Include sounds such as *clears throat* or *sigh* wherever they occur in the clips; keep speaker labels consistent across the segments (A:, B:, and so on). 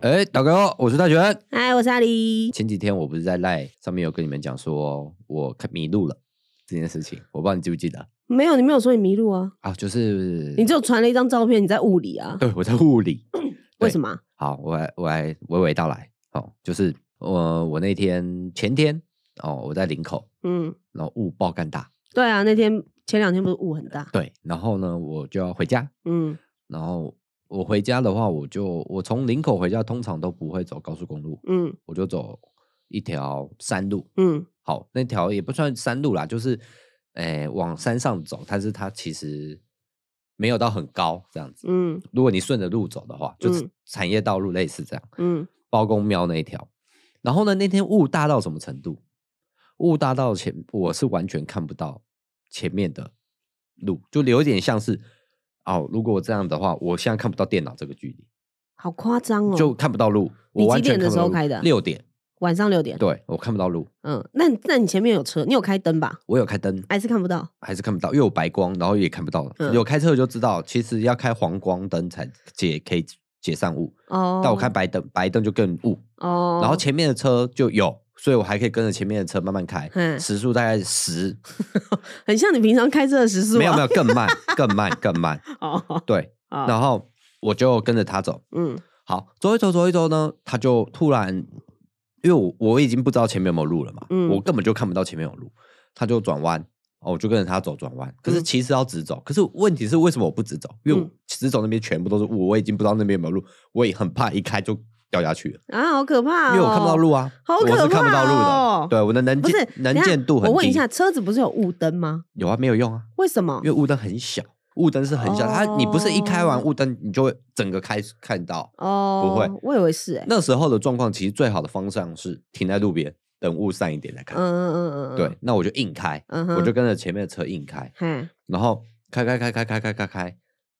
A: 哎，大哥好，我是大全。
B: 嗨，我是阿狸。
A: 前几天我不是在赖上面有跟你们讲说我看迷路了这件事情，我不知道你记不记得
B: 没有，你没有说你迷路啊，
A: 啊？就是
B: 你只有传了一张照片，你在雾里啊？
A: 对我在物理，
B: 为什么啊？
A: 好，我来我来娓娓道来。哦，就是呃我我那天前天哦，我在林口，
B: 嗯，
A: 然后雾爆干大，
B: 对啊，那天前两天不是雾很大？
A: 对，然后呢我就要回家，
B: 嗯，
A: 然后我回家的话，我就我从林口回家通常都不会走高速公路，
B: 嗯
A: 我就走一条山路。
B: 嗯
A: 好，那条也不算山路啦，就是诶、往山上走，但是它其实没有到很高这样子。
B: 嗯
A: 如果你顺着路走的话，就是
B: 嗯
A: 产业道路类似这样，
B: 嗯，
A: 包公庙那一条。然后呢，那天雾大到什么程度？雾大到前，我是完全看不到前面的路，就有点像是哦，如果这样的话，我现在看不到电脑这个距离，
B: 好夸张哦！
A: 就看不到路。我
B: 你
A: 完
B: 几
A: 全
B: 点的
A: 看不
B: 时
A: 到
B: 候
A: 路
B: 开的啊
A: 六点，
B: 晚上六点。
A: 对我看不到路，
B: 嗯，那你那你前面有车，你有开灯吧？
A: 我有开灯，
B: 还是看不到？
A: 还是看不到，又有白光，然后也看不到了。
B: 嗯
A: 有开车就知道，其实要开黄光灯才解可以解散雾，
B: 哦，
A: 但我开白灯，白灯就更雾。
B: 哦，
A: 然后前面的车就有，所以我还可以跟着前面的车慢慢开，
B: 嗯
A: 时速大概十，
B: 很像你平常开车的时速啊，
A: 没有没有更慢，更慢更慢。
B: *laughs* 哦，
A: 对，
B: *laughs* 哦，
A: 然后我就跟着他走，
B: 嗯
A: 好，走一走走一走呢，他就突然，因为我我已经不知道前面有没有路了嘛，
B: 嗯
A: 我根本就看不到前面有路，他就转弯，哦，我就跟着他走转弯。可是
B: 嗯
A: 其实要直走，可是问题是为什么我不直走？因为我
B: 嗯
A: 直走那边全部都是雾，我已经不知道那边有没有路，我也很怕一开就掉下去了，
B: 啊，好可怕哦！
A: 因为我看不到，路啊，
B: 好可
A: 我是看不到路的，
B: 怕哦
A: 对，我的能
B: 不是
A: 见能
B: 等一下
A: 见度很低。
B: 我问一下，车子不是有雾灯吗？
A: 有啊，没有用啊，
B: 为什么
A: 因？为雾灯很小，雾灯是很小，它你不是一开完
B: 哦
A: 雾灯你就会整个开看到，
B: 哦，
A: 不会
B: 我以为是哎，
A: 那时候的状况，其实最好的方向是停在路边，等雾散一点再
B: 嗯
A: 看。
B: 嗯嗯嗯，嗯
A: 对，，那我就硬开，
B: 嗯哼，
A: 我就跟着前面的车硬开，
B: 嘿，
A: 然后开开开开开开开开，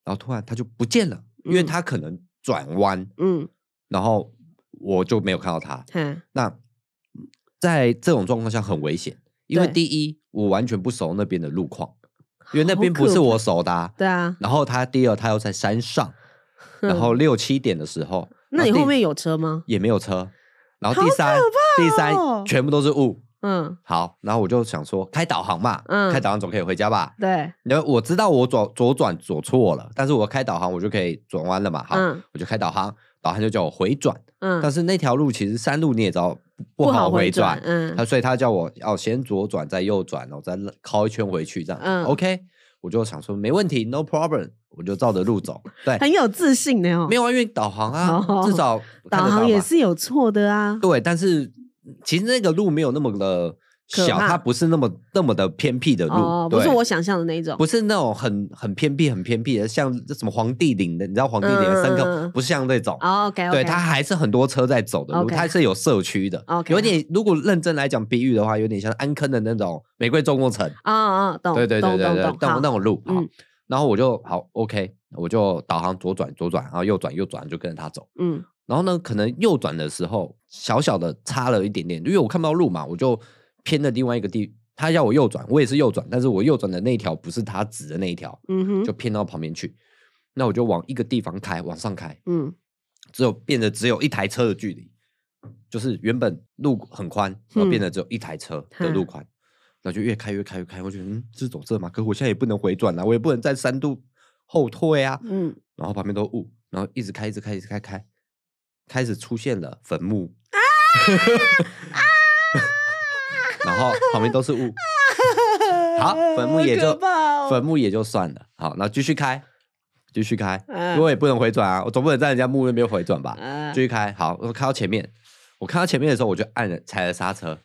A: 然后突然它就不见了，因为
B: 嗯
A: 它可能转弯，
B: 嗯
A: 然后我就没有看到它。
B: 嘿，
A: 那在这种状况下很危险，因为
B: 对
A: 第一，我完全不熟那边的路况，因为那
B: 好
A: 边不
B: 可
A: 是
B: 怕
A: 我熟的、啊。
B: 对啊，
A: 然后它第二，它又在山上，然后六七点的时候，
B: 那
A: 然
B: 你
A: 第
B: 后面有车吗？
A: 也没有车。然后
B: 好
A: 第三，第三
B: 哦
A: 全部都是雾。
B: 嗯，
A: 好，然后我就想说，开导航嘛，
B: 嗯
A: 开导航总可以回家吧。
B: 对，
A: 然后我知道我左左转左错了，但是我开导航我就可以转弯了嘛。好，
B: 嗯
A: 我就开导航，导航就叫我回转。但
B: 嗯，
A: 是那条路其实山路你也知道不
B: 不
A: 好回转，，
B: 转嗯
A: 他所以他叫我要先左转再右转，然后再绕一圈回去这样。
B: 嗯
A: OK，我就想说没问题，no problem，我就照着路走。
B: *laughs*
A: 对，
B: 很有自信的哦
A: 没。有啊，因为导航啊，
B: 哦
A: 至
B: *laughs*
A: 少看
B: 导
A: 得到
B: 航也
A: 嘛
B: 是有错的啊，
A: 对，但是其实那个路没有那么的
B: 可
A: 小，
B: 怕
A: 它不是那么那么的偏僻的路，
B: 哦，不是
A: 对
B: 我想象的那种，
A: 不是那种很很偏僻、很偏僻的，像这什么皇帝岭的，你知道皇帝岭的深
B: 嗯嗯
A: 坑，
B: 嗯嗯
A: 不是像那种。
B: 哦，OK，
A: 对，它还是很多车在走的路
B: OK
A: 它是有社区的
B: OK
A: 有点如果认真来讲比喻的话，有点像安坑的那种玫瑰中国城，
B: 啊啊，懂，
A: 对对对
B: 懂
A: 对
B: 懂
A: 对，
B: 懂
A: 那
B: 好
A: 种那种路。好，
B: 嗯
A: 然后我就好 OK，我就导航左转左转，然后右转右转，就跟着他走。
B: 嗯
A: 然后呢，可能右转的时候小小的差了一点点，因为我看不到路嘛，我就偏了另外一个地。他要我右转，我也是右转，但是我右转的那一条不是他指的那一条，
B: 嗯哼，
A: 就偏到旁边去。那我就往一个地方开，往上开，
B: 嗯
A: 只有变得只有一台车的距离，就是原本路很宽，然后变
B: 嗯
A: 得只有一台车的路
B: 嗯
A: 宽，那就越开越开越开，我觉得嗯，是走这吗？可我现在也不能回转了、我也不能在山路后退啊，
B: 嗯，
A: 然后旁边都雾，然后一直开，一直开，一直开开，开始出现了坟墓啊
B: 啊
A: *laughs* 然后旁边都是雾， *laughs* 好
B: *laughs*
A: 坟墓也就
B: 好可怕哦
A: 坟墓也就算了，好，然后继续开，继续开，
B: 嗯
A: 因为我也不能回转啊，我总不能在人家墓那边回转吧，
B: 啊
A: 继续开，好，我开到前面，我看到前面的时候，我就按了踩了刹车。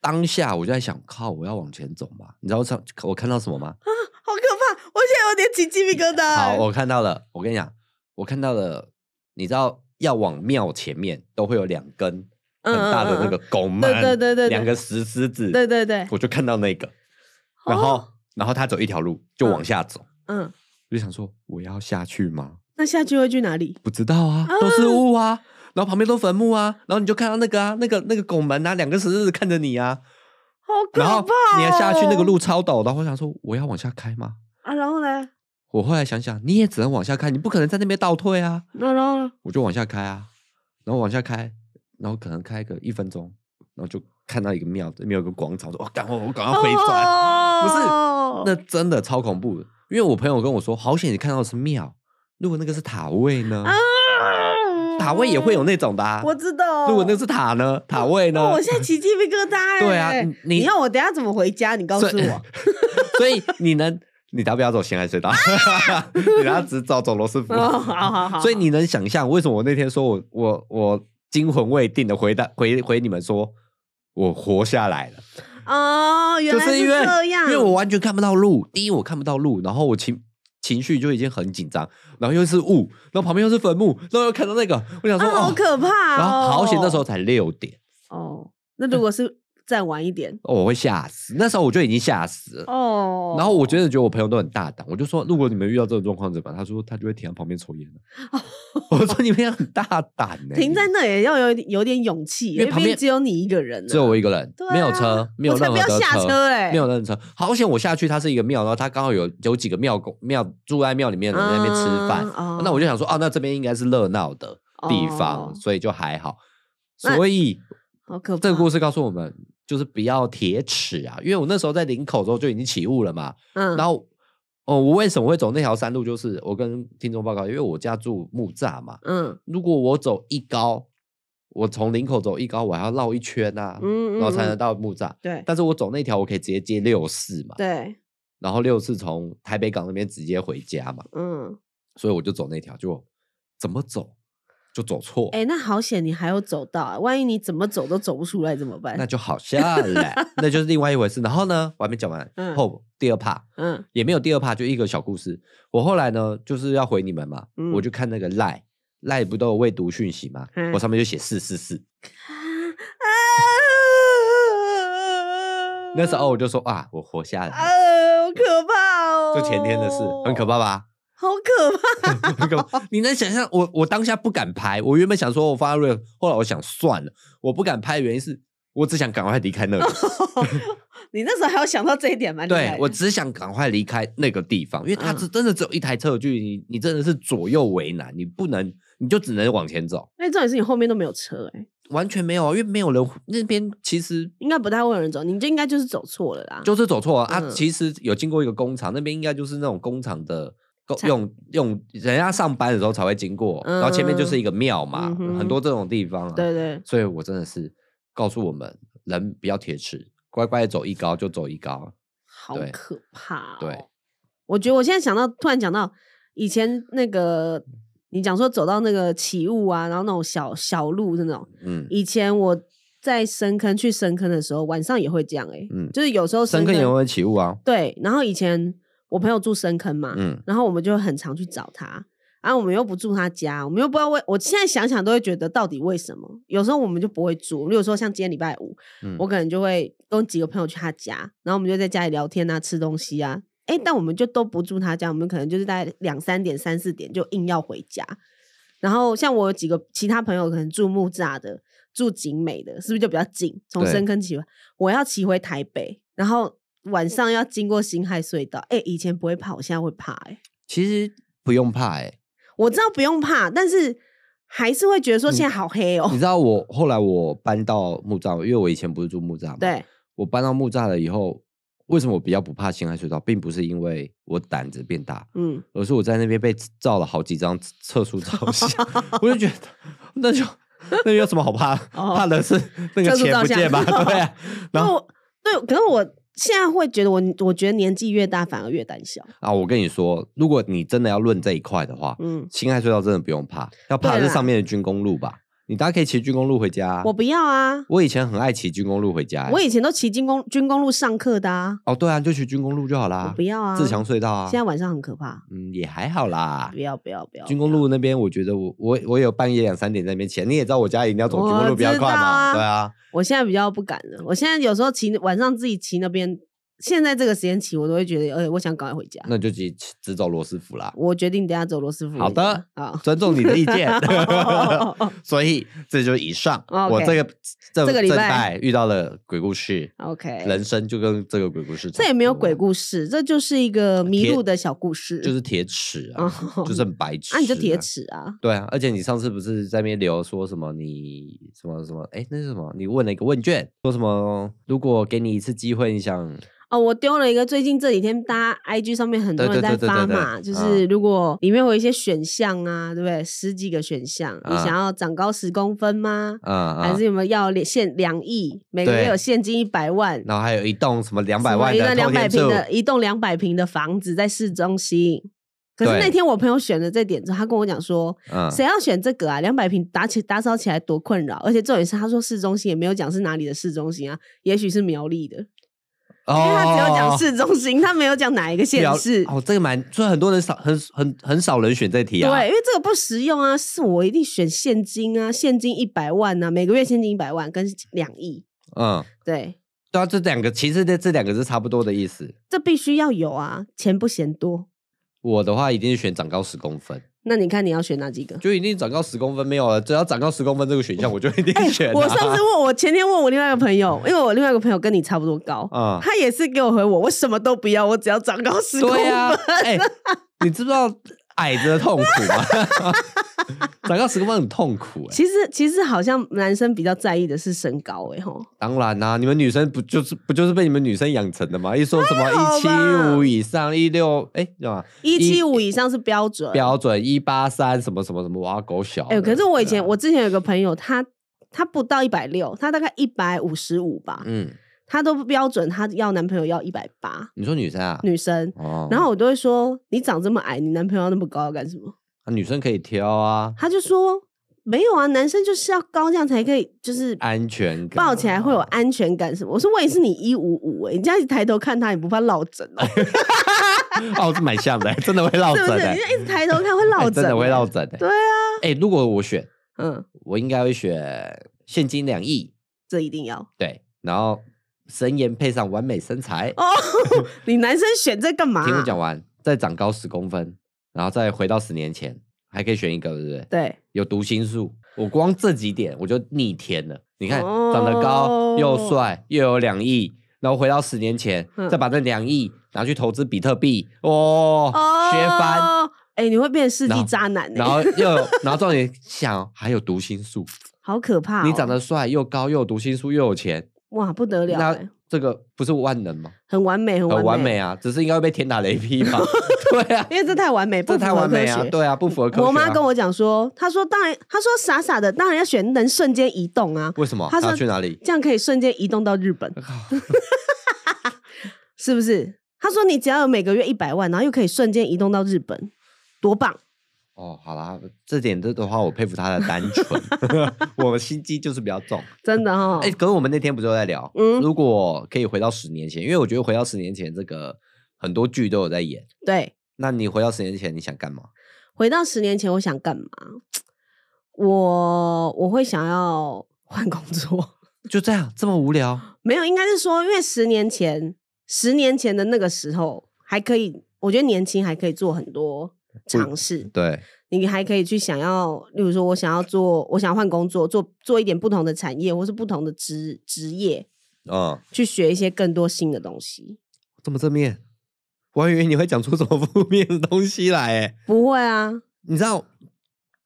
A: 当下我就在想，靠，我要往前走嘛？你知道我上我看到什么吗？
B: 好可怕！我现在有点起鸡皮疙瘩。
A: 好，我看到了。我跟你讲，我看到了。你知道，要往庙前面都会有两根很
B: 嗯
A: 大的那个拱门，
B: 对对对对对
A: 两个石狮子。
B: 嗯对对对，
A: 我就看到那个，然后、然后他走一条路就往下走，
B: 嗯，
A: 我就想说我要下去吗？
B: 那下去会去哪里？
A: 不知道啊，都是雾啊，然后旁边都坟墓啊，然后你就看到那个啊，那个那个拱门啊，两个石狮子看着你啊，
B: 好可
A: 然
B: 怕、
A: 后
B: 哦！
A: 你还下去那个路超陡的，我想说我要往下开吗？
B: 啊，然后呢？
A: 我后来想想，你也只能往下开，你不可能在那边倒退啊。
B: 那然后呢？
A: 我就往下开啊，然后往下开，然后可能开个一分钟，然后就看到一个庙，里面有个广场，说：“哦，赶快，我赶快回转。不是
B: 哦
A: 那真的超恐怖的，因为我朋友跟我说，好险你看到的是庙，如果那个是塔位呢？
B: 啊
A: 塔位也会有那种的、啊。
B: 我知道。
A: 如果那是塔呢？塔位呢？
B: 哦，我现在起鸡皮疙瘩
A: *laughs*
B: 欸。
A: 对啊你
B: 你要我等下怎么回家？你告诉
A: 所以
B: 我。
A: *laughs* 所以你能，你要不要走咸海隧道？ *laughs* 你要只找走罗斯福。*laughs*
B: 哦，好好好。
A: 所以你能想象为什么我那天说我我我惊魂未定的回答回回你们说我活下来了，
B: 哦，原
A: 就
B: 来
A: 因为
B: 这样。
A: 因为我完全看不到路。第一我看不到路，然后我情情绪就已经很紧张，然后又是雾，然后旁边又是坟墓，然后又看到那个，我想说、
B: 啊，好
A: 哦
B: 可怕哦。
A: 然后好险那时候才六点，
B: 哦，那如果是再晚一点
A: 哦我会吓死，那时候我就已经吓死了。
B: 哦，
A: *laughs* 然后我真的觉得我朋友都很大胆，我就说如果你们遇到这种状况怎么办？他说他就会停在旁边抽烟了
B: *laughs*
A: 我说你们也很大胆呢、
B: 停在那也要有有点勇气，
A: 因为
B: 因为
A: 旁
B: 毕
A: 边
B: 竟只有你一个人啊，
A: 只有我一个人，
B: 对啊
A: 没有车，没有
B: 我才
A: 任
B: 不
A: 何
B: 要
A: 的
B: 下车欸
A: 没有任何车。好险我下去，它是一个庙，然后它刚好有有几个庙公庙住在庙里面的人在那边吃饭，
B: 嗯哦
A: 那我就想说，哦，那这边应该是热闹的地方，
B: 哦
A: 所以就还好。
B: 那
A: 所以
B: 好可怕。
A: 这个故事告诉我们，就是不要铁齿啊，因为我那时候在林口的时候就已经起雾了嘛，
B: 嗯，
A: 然后。哦，我为什么会走那条山路？就是我跟听众报告，因为我家住木栅嘛。
B: 嗯
A: 如果我走一高，我从林口走一高，我还要绕一圈啊。
B: 嗯，
A: 然后才
B: 嗯
A: 能
B: 嗯
A: 到木栅。
B: 对
A: 但是我走那条，我可以直接接六四嘛，
B: 对，
A: 然后六四从台北港那边直接回家嘛，
B: 嗯，
A: 所以我就走那条，就怎么走就走错，
B: 哎，那好险你还有走到啊，万一你怎么走都走不出来怎么办
A: 那？就好下
B: *laughs*
A: 来，那就是另外一回事。然后呢，我还没讲完，
B: 嗯
A: 后第二 part
B: 嗯
A: 也没有第二 part，就一个小故事。我后来呢，就是要回你们嘛，
B: 嗯
A: 我就看那个赖赖不都有未读讯息嘛，
B: 嗯
A: 我上面就写四四四， *laughs* 那时候我就说啊，我活下来了，
B: 啊，好可怕哦，
A: 就前天的事，很可，怕 *laughs* 吧？
B: 好可怕， *laughs*
A: 那个你能想象我我当下不敢拍，我原本想说我发瑞，后来我想算了，我不敢拍的原因是我只想赶快离开那里，
B: 你那时候还有想到这一点蛮厉害
A: 对
B: 的
A: 我只想赶快离开那个地方，因为它
B: 嗯
A: 只真的只有一台车的距离，你你真的是左右为难，你不能你就只能往前走，
B: 那重点是你后面都没有车哎、
A: 完全没有啊，因为没有人那边其实。
B: 应该不太会有人走，你就应该就是走错了啦。
A: 就是走错了啊！
B: 嗯
A: 其实有经过一个工厂，那边应该就是那种工厂的工
B: 产
A: 用用人家上班的时候才会经过，然后前面就是一个庙嘛
B: 嗯，哼
A: 很多这种地方啊。
B: 对对，
A: 所以我真的是告诉我们，人不要铁齿，乖乖走一高就走一高。
B: 好
A: 对
B: 可怕、哦。
A: 对，
B: 我觉得我现在想到，突然想到以前那个你讲说走到那个起雾啊，然后那种小小路那种，
A: 嗯，
B: 以前我在深坑去深坑的时候，晚上也会这样哎、
A: 嗯
B: 就是有时候
A: 深
B: 坑
A: 坑也会起雾啊。
B: 对，然后以前我朋友住深坑嘛， *laughs*
A: 嗯，
B: 然后我们就很常去找他。然后啊我们又不住他家，我们又不知道为，我现在想想都会觉得到底为什么？有时候我们就不会住，例如说像今天礼拜五，
A: 嗯
B: 我可能就会跟几个朋友去他家，然后我们就在家里聊天啊、吃东西啊。哎，但我们就都不住他家，我们可能就是大概两三点、三四点就硬要回家。然后像我有几个其他朋友，可能住木栅的、住景美的，是不是就比较近？从
A: 对
B: 深坑骑回，我要骑回台北，然后晚上要经过辛亥隧道。哎，以前不会怕，我现在会怕、哎，
A: 其实不用怕哎、
B: 我知道不用怕，但是还是会觉得说现在好黑哦、
A: 嗯你知道我后来我搬到木栅，因为我以前不是住木栅嘛，，
B: 对，
A: 我搬到木栅了以后，为什么我比较不怕辛亥隧道，并不是因为我胆子变大，
B: 嗯，
A: 而是我在那边被照了好几张测速照相， *laughs* 我就觉得那就那有什么好怕？
B: 哦
A: 怕的是那个
B: 测速
A: 钱
B: 照
A: 不
B: 相
A: 见吧？ *laughs* 对
B: *laughs*
A: 啊、然
B: 那
A: 后
B: 我对，可是我现在会觉得我，我觉得年纪越大反而越胆小。
A: 啊，我跟你说，如果你真的要论这一块的话，
B: 嗯，
A: 辛亥隧道真的不用怕，要怕的
B: 对
A: 是
B: 啦
A: 上面的军工路吧？你大家可以骑军工路回家、啊。
B: 我不要啊，
A: 我以前很爱骑军工路回家、欸。
B: 我以前都骑军工军工路上课的啊，
A: 哦，对啊，你就骑军工路就好啦。
B: 我不要啊
A: 自强隧道啊。
B: 现在晚上很可怕，
A: 嗯，也还好啦
B: 不。要不要不要，
A: 军工路那边，我觉得我我我有半夜两三点在那边骑，你也知道我家一定要走军工
B: 我
A: 路比较
B: 知
A: 快嘛，
B: 道啊
A: 对啊，
B: 我现在比较不敢了，我现在有时候骑晚上自己骑那边现在这个时间起，我都会觉得，哎、我想赶快回家。
A: 那你就直接只走罗斯福啦。
B: 我决定等下走罗斯福。
A: 好的
B: 啊， *laughs*
A: 尊重你的意见 *laughs*
B: 哦，
A: 所以这就是以上
B: OK
A: 我这个这
B: 这个礼
A: 这
B: 拜
A: 遇到的鬼故事，*laughs*
B: *laughs* OK， *laughs*
A: 人生就跟这个鬼故事差不多，
B: 这也没有鬼故事，这就是一个迷
A: 铁
B: 路的小故事。
A: 哦呃就是铁齿啊，
B: 哦
A: 就是很白痴、
B: 啊，你就铁。齿啊，
A: 对啊，而且你上次不是在那边留说什么你什么什么？哎，那是什么？你问了一个问卷，说什么？如果给你一次机会，你想
B: 哦，我丢了一个，最近这几天大家 IG 上面很多
A: 对对
B: 人在
A: 对对对
B: 发
A: 对
B: 嘛，就
A: 嗯
B: 是如果里面有一些选项啊，对不对？十几个选项，你
A: 啊
B: 想要长高十公分吗？
A: 啊啊，
B: 还是有没有要两现两亿，每个月
A: 对
B: 有现金一百万，
A: 然后还有一栋什么两百
B: 什么
A: 万
B: 一
A: 的
B: 个两
A: 透
B: 百
A: 天
B: 平
A: 厝，
B: 的一栋两百平的房子在市中心。可是
A: 对
B: 那天我朋友选了这点之后，他跟我讲说，
A: 嗯，
B: 谁要选这个啊？两百平打起打扫起来多困扰，而且重点是他说市中心也没有讲是哪里的市中心啊，也许是苗栗的，
A: 哦
B: 因为他只有讲市中心，他没有讲哪一个县
A: 了
B: 市。
A: 哦，这个蛮，所以很多人少，很很很少人选这题啊。
B: 对，因为这个不实用啊，是我一定选现金啊，现金一百万啊，每个月现金一百万跟两亿，
A: 嗯，
B: 对，
A: 对啊，这两个其实这这两个是差不多的意思。
B: 这必须要有啊，钱不嫌多。
A: 我的话一定是选长高十公分，
B: 那你看你要选哪几个？
A: 就一定长高十公分没有了，只要长高十公分这个选项，我就一定
B: 哎、
A: 选啊、
B: 我上次问我前天问我另外一个朋友，因为我另外一个朋友跟你差不多高，
A: 啊，
B: 他也是给我回我，我什么都不要，我只要长高十公分。
A: 对呀、哎、你知不知道矮子的痛苦吗？ *laughs* 长高十公分很痛苦哎、
B: 其实其实好像男生比较在意的是身高、欸，哎吼，
A: 当然啦、你们女生不就是不就是被你们女生养成的吗？一说什么一
B: 好吧
A: 七五以上，一六哎，对吧？
B: 一七五以上是标准。
A: 标准一八三什么什么什么，哇，狗小的。
B: 哎、可是我以前、
A: 对啊
B: 我之前有个朋友，他他不到一百六，他大概一百五十五吧，
A: 嗯，
B: 他都标准，他要男朋友要一百八，
A: 你说女生啊，
B: 女生。
A: 哦，
B: 然后我都会说，你长这么矮，你男朋友要那么高要干什么？
A: 啊女生可以挑啊，
B: 他就说没有啊，男生就是要高，这样才可以，就是
A: 安全哦感
B: 抱起来会有安全感什么。我说我也是你一五五，哎，你这样一抬头看他，你不怕落枕
A: *laughs*
B: 哦？
A: 哦，这蛮像的，真的会哦落
B: 是
A: 枕
B: 不是？
A: 的
B: 你，就一直抬头看会落
A: 哎 *laughs*
B: 枕、
A: 真的会落
B: 欸。
A: 枕的。
B: 对啊，
A: 哎，如果我选，
B: 嗯，
A: 我应该会选现金两亿，
B: 这一定要
A: 对，然后神颜配上完美身材。
B: 哦。 *laughs* 啊你男生选这干嘛、
A: 听我讲，完，再长高十公分，然后再回到十年前，还可以选一个，对不对？
B: 对，
A: 有读心术，我光这几点我就逆天了。你看，
B: 哦
A: 长得高又帅又有两亿，然后回到十年前，
B: 嗯
A: 再把那两亿拿去投资比特币，哦，学翻。。
B: 哎、你会变世
A: 然
B: 纪
A: 后
B: 渣男、欸，
A: 然后又有，然后重点想哦还有读心术，
B: *laughs* 好可怕哦、
A: 你长得帅又高又有读心术又有钱，
B: 哇不得了、
A: 那
B: 欸，
A: 这个不是万能吗？
B: 很完美，很
A: 很
B: 完
A: 完美啊，只是应该会被天打雷劈
B: *laughs*
A: 吧？对啊，
B: 因为这太完美，不
A: 这
B: 符合
A: 太完美
B: 科
A: 啊，
B: 学。
A: 对啊，不符合科学啊。
B: 我妈跟我讲说，她说当然，她说傻傻的，当然要选能瞬间移动啊，
A: 为什么？
B: 她说
A: 她去哪里？
B: 这样可以瞬间移动到日本，
A: 啊
B: *laughs* 是不是？她说你只要有每个月一百万，然后又可以瞬间移动到日本，多棒！
A: 哦，好啦，这点这的话，我佩服他的单纯，
B: *laughs*
A: *laughs* 我们心机就是比较重。
B: 真的哈、
A: 哎、可是我们那天不就在聊，
B: 嗯
A: 如果可以回到十年前，因为我觉得回到十年前，这个很多剧都有在演。
B: 对，
A: 那你回到十年前，你想干嘛？
B: 回到十年前，我想干嘛？我我会想要 *laughs* 换工作，
A: 就这样这么无聊？
B: 没有，应该是说，因为十年前，十年前的那个时候还可以，我觉得年轻还可以做很多尝试，
A: 对，
B: 你还可以去想要，例如说我想要做，我想要换工作，做做一点不同的产业，或是不同的职职业，
A: 嗯，
B: 去学一些更多新的东西。
A: 这么正面，我还以为你会讲出什么负面的东西来、哎，
B: 不会啊，
A: 你知道，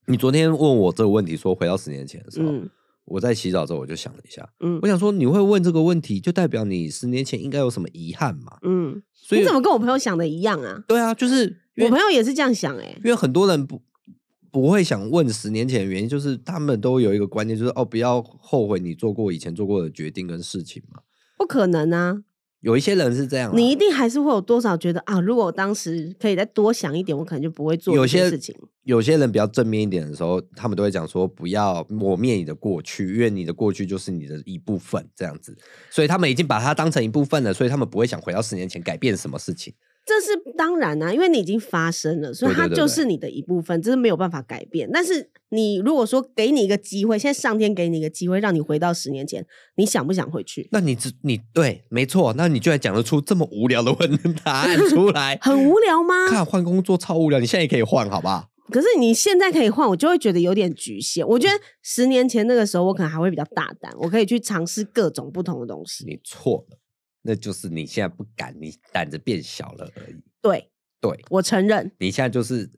A: 你昨天问我这个问题，说回到十年前的时候，
B: 嗯
A: 我在洗澡之后我就想了一下，
B: 嗯
A: 我想说你会问这个问题，就代表你十年前应该有什么遗憾嘛？
B: 嗯，
A: 所以
B: 你怎么跟我朋友想的一样啊？
A: 对啊，就是因
B: 我
A: 为
B: 朋友也是这样想哎、
A: 因为很多人不不会想问十年前的原因，就是他们都有一个观念，就是哦，不要后悔你做过以前做过的决定跟事情嘛。
B: 不可能啊！
A: 有一些人是这样啦，啊
B: 你一定还是会有多少觉得啊，如果我当时可以再多想一点，我可能就不会做
A: 有
B: 这件
A: 些
B: 事情。
A: 有些人比较正面一点的时候，他们都会讲说不要抹灭你的过去，因为你的过去就是你的一部分，这样子。所以他们已经把它当成一部分了，所以他们不会想回到十年前改变什么事情。
B: 这是当然啊，因为你已经发生了，所以
A: 对对
B: 它
A: 对
B: 就
A: 对
B: 是你的一部分，这是没有办法改变。但是你如果说给你一个机会，现在上天给你一个机会，让你回到十年前，你想不想回去？
A: 那你只你对，没错，那你居然讲得出这么无聊的 *laughs* 问答案出来，
B: 很无聊吗？
A: 看换工作超无聊，你现在也可以换，好不好？
B: 可是你现在可以换，我就会觉得有点局限。我觉得十年前那个时候，我可能还会比较大胆，我可以去尝试各种不同的东西。
A: 你错了，那就是你现在不敢，你胆子变小了而已。
B: 对
A: 对，
B: 我承认，
A: 你现在就是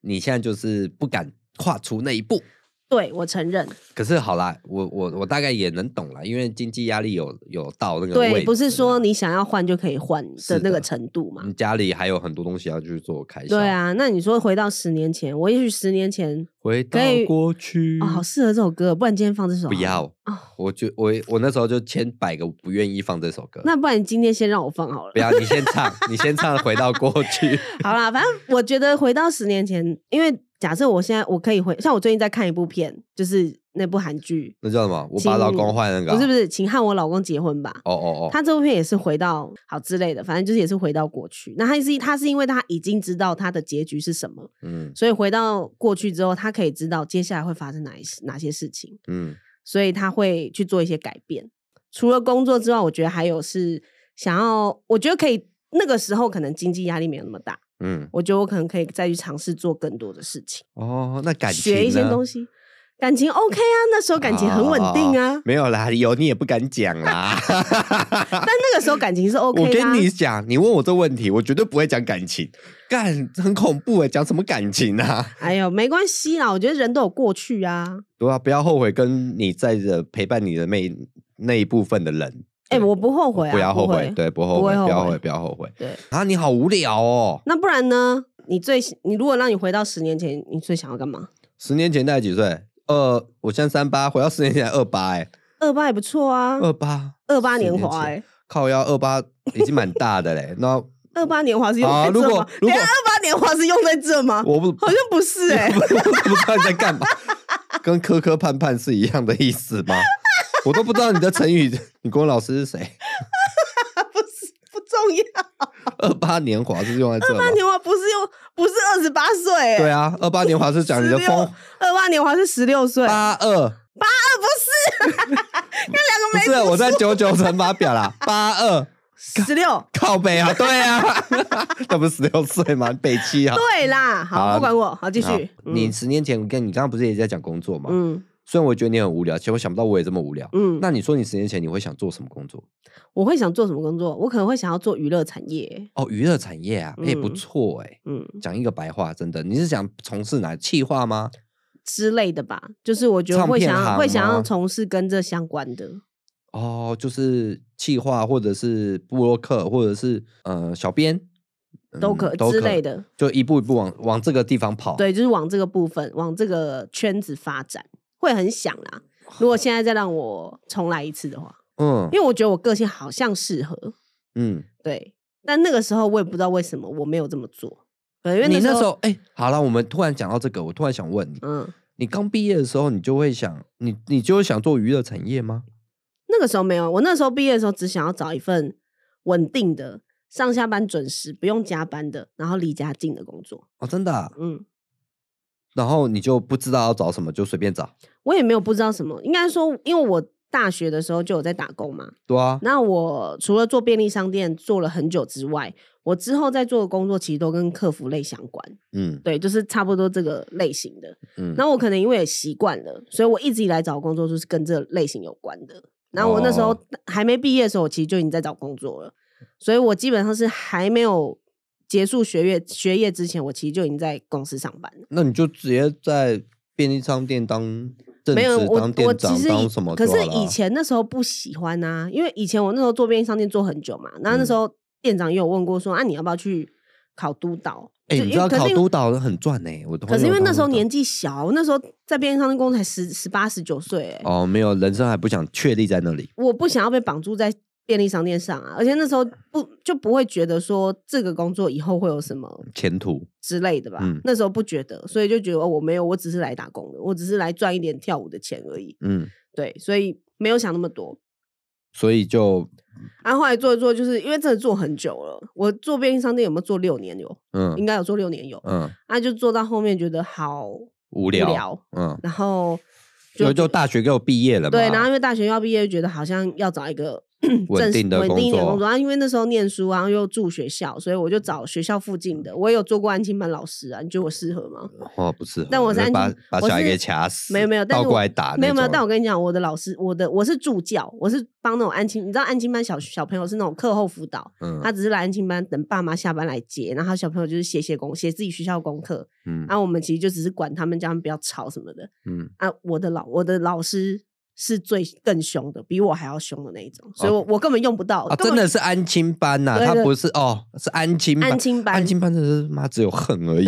A: 你现在就是不敢跨出那一步。
B: 对我承认，
A: 可是好啦，我我我大概也能懂啦，因为经济压力有有到那个位
B: 对，
A: 置
B: 不是
A: 啦
B: 说你想要换就可以换
A: 是
B: 的那个
A: 的嗯
B: 程度嘛。
A: 你家里还有很多东西要去做开销。
B: 对，啊，那你说回到十年前，我也许十年前
A: 回到
B: 以
A: 过去
B: 哦，好适合这首歌，不然今天放这首
A: 嗯不
B: 好了
A: 要
B: 哦。
A: 我就我我那时候就千百个不愿意放这首歌。
B: 那不然你今天先让我放好了
A: *laughs* 不。要，你先唱，你先唱，回到过去。
B: 好啦，反正我觉得回到十年前，因为假设我现在我可以回，像我最近在看一部片，就是那部韩剧，
A: 那叫什么？我把老公换那个啊、
B: 不是不是，请和我老公结婚吧。
A: 哦哦哦，
B: 他这部片也是回到好之类的，反正就是也是回到过去。那他是他是因为他已经知道他的结局是什么，
A: 嗯
B: 所以回到过去之后，他可以知道接下来会发生哪一哪些事情。
A: 嗯，
B: 所以他会去做一些改变。除了工作之外，我觉得还有是想要，我觉得可以那个时候可能经济压力没有那么大，
A: 嗯，
B: 我觉得我可能可以再去尝试做更多的事情，
A: 哦，那感情
B: 学一些
A: 呢
B: 东西。感情 OK 啊，那时候感情很稳定啊，
A: 哦没有啦，有你也不敢讲
B: *laughs*
A: 啦。
B: 但那个时候感情是
A: *laughs*
B: OK
A: 我
B: 的、啊。
A: 跟你讲，你问我这问题，我绝对不会讲感情，干很恐怖哎、讲什么感情啊？ *laughs*
B: 哎呦，没关系啦，我觉得人都有过去啊。
A: 对啊，不要后悔跟你在的陪伴你的那一那一部分的人。
B: 哎、
A: 对
B: 我不后悔啊，
A: 不要后
B: 会
A: 悔，对，不后
B: 不
A: 悔，
B: 会后
A: 不要后
B: 悔
A: 悔，不要后悔。
B: 对。
A: 啊，你好无聊哦！
B: 那不然呢？你最你如果让你回到十年前，你最想要干嘛？
A: 十年前大概几岁？二，我现在三八，回到十年前二八哎，
B: 二八也不错啊，
A: 二八
B: 二八年华哎、
A: 前靠腰二八已经蛮大的嘞。 *laughs* 那
B: 二八年华是用
A: 啊
B: 在
A: 如
B: 这
A: 果
B: 吗？
A: 如
B: 等一下
A: 果
B: 二八年华是用在这吗？
A: *laughs* 我
B: *laughs*
A: 不
B: 好像不是哎、
A: *laughs* 我不知道你在干
B: *laughs*
A: 嘛，跟磕磕绊绊是一样的意思吗？我都不知道你的成语，你国文老师是谁？
B: 不是不重要。
A: 二八年华是用在这
B: 二八
A: 吗？
B: 年华不是用不是二十八岁哎，
A: 对啊，二八年华是讲你的
B: 16
A: 风
B: 二八年华是十六岁，
A: 八二， *laughs* 不
B: 那
A: 是啊
B: 两个没
A: 我在九九乘法表啦，八二
B: 十六。
A: 靠北啊，对啊， *laughs* 那不是十六岁吗？北七啊，
B: 对啦，
A: 好
B: 好，
A: 啊
B: 不管我，好继
A: 好
B: 续。嗯
A: 你十年前，我跟你刚刚不是也在讲工作吗？
B: 嗯
A: 虽然我觉得你很无聊，其实我想不到我也这么无聊。
B: 嗯，
A: 那你说你十年前你会想做什么工作？
B: 我会想做什么工作？我可能会想要做娱乐产业欸。
A: 哦，娱乐产业啊，哎、不
B: 嗯
A: 错哎、
B: 嗯，
A: 讲一个白话，真的，你是想从事哪企划吗？
B: 之类的吧，就是我觉得
A: 唱
B: 会
A: 片
B: 想要
A: 行
B: 会想要
A: 吗
B: 从事跟这相关的。
A: 哦，就是企划，或者是布洛克，或者是呃小编，
B: 都
A: 嗯
B: 可之类的，
A: 就一步一步往往这个地方跑。，
B: 对，就是往这个部分，往这个圈子发展，会很想啦。如果现在再让我重来一次的话，
A: 嗯
B: 因为我觉得我个性好像适合，
A: 嗯，
B: 对。但那个时候我也不知道为什么我没有这么做，可能因为
A: 你那
B: 时
A: 时候，哎、好了，我们突然讲到这个，我突然想问你，
B: 嗯，
A: 你刚毕业的时候，你就会想，你你就会想做娱乐产业吗？
B: 那个时候没有，我那时候毕业的时候只想要找一份稳定的、上下班准时、不用加班的，然后离家近的工作。
A: 哦，真的啊、
B: 嗯，
A: 然后你就不知道要找什么，就随便找。
B: 我也没有不知道什么，应该说，因为我大学的时候就有在打工嘛，
A: 对啊，
B: 那我除了做便利商店做了很久之外，我之后在做的工作其实都跟客服类相关，
A: 嗯
B: 对，就是差不多这个类型的。
A: 嗯，
B: 那我可能因为也习惯了，所以我一直以来找工作就是跟这类型有关的。然后我那时候
A: 哦
B: 还没毕业的时候，我其实就已经在找工作了，所以我基本上是还没有结束学业学业之前，我其实就已经在公司上班了。
A: 那你就直接在便利商店当正
B: 没有
A: 职、
B: 我
A: 当
B: 我
A: 店
B: 其
A: 长、
B: 实以
A: 当什么
B: 可
A: 就是好了啊？
B: 以前那时候不喜欢啊，因为以前我那时候做便利商店做很久嘛，然后
A: 嗯
B: 那时候店长也有问过说啊，你要不要去考督导？
A: 哎、
B: 就
A: 你
B: 因
A: 知道
B: 为可是
A: 考
B: 因为
A: 督导的很赚呢、我的
B: 可
A: 朋
B: 是因
A: 友
B: 为
A: 当
B: 那时候
A: 督导
B: 年纪小，我那时候在便利商店工作才十十八十九岁，哎、
A: 哦，没有人生还不想确立在那里。
B: 我不想要被绑住在便利商店上啊，而且那时候不就不会觉得说这个工作以后会有什么
A: 前途
B: 之类的吧，
A: 嗯
B: 那时候不觉得，所以就觉得、哦、我没有，我只是来打工的，我只是来赚一点跳舞的钱而已，
A: 嗯
B: 对，所以没有想那么多。
A: 所以就
B: 啊然后后来做一做，就是因为真的做很久了，我做便利商店有没有做六年有？
A: 嗯
B: 应该有做六年有。
A: 嗯
B: 啊，就做到后面觉得好，
A: 无聊
B: 聊
A: 嗯，
B: 然后
A: 所以就大学给我毕业了嘛，
B: 对，然后因为大学要毕业，觉得好像要找一个 *clears throat* 正
A: 稳定的
B: 稳定一点
A: 工作
B: 工作啊。因为那时候念书，然后又住学校，所以我就找学校附近
A: 嗯
B: 的。我也有做过安亲班老师啊，你觉得我适合吗？
A: 哦不是，
B: 但我是
A: 就
B: 安
A: 把
B: 静
A: 把
B: 我
A: 小孩
B: 是
A: 给掐死，
B: 没有没有，但
A: 倒
B: 是
A: 过
B: 我
A: 来打那种，
B: 没有没有。但我跟你讲，我的老师，我的我是助教，我是帮那种安亲，你知道安亲班小小朋友是那种课后辅导，
A: 嗯
B: 他只是来安亲班等爸妈下班来接，然后他小朋友就是写写功写自己学校功课，啊
A: 嗯
B: 然后我们其实就只是管他们，叫他们不要吵什么的。
A: 嗯，
B: 啊，我的老我的老师是最更凶的，比我还要凶的那一种，所以我、我根本用不到，
A: 哦啊，
B: 根
A: 真
B: 本
A: 的是安亲班呐，
B: 哦对
A: 他
B: 对
A: 不是哦，是安亲班
B: 安亲班
A: 安亲班真的是妈只有恨
B: *laughs*
A: 而已，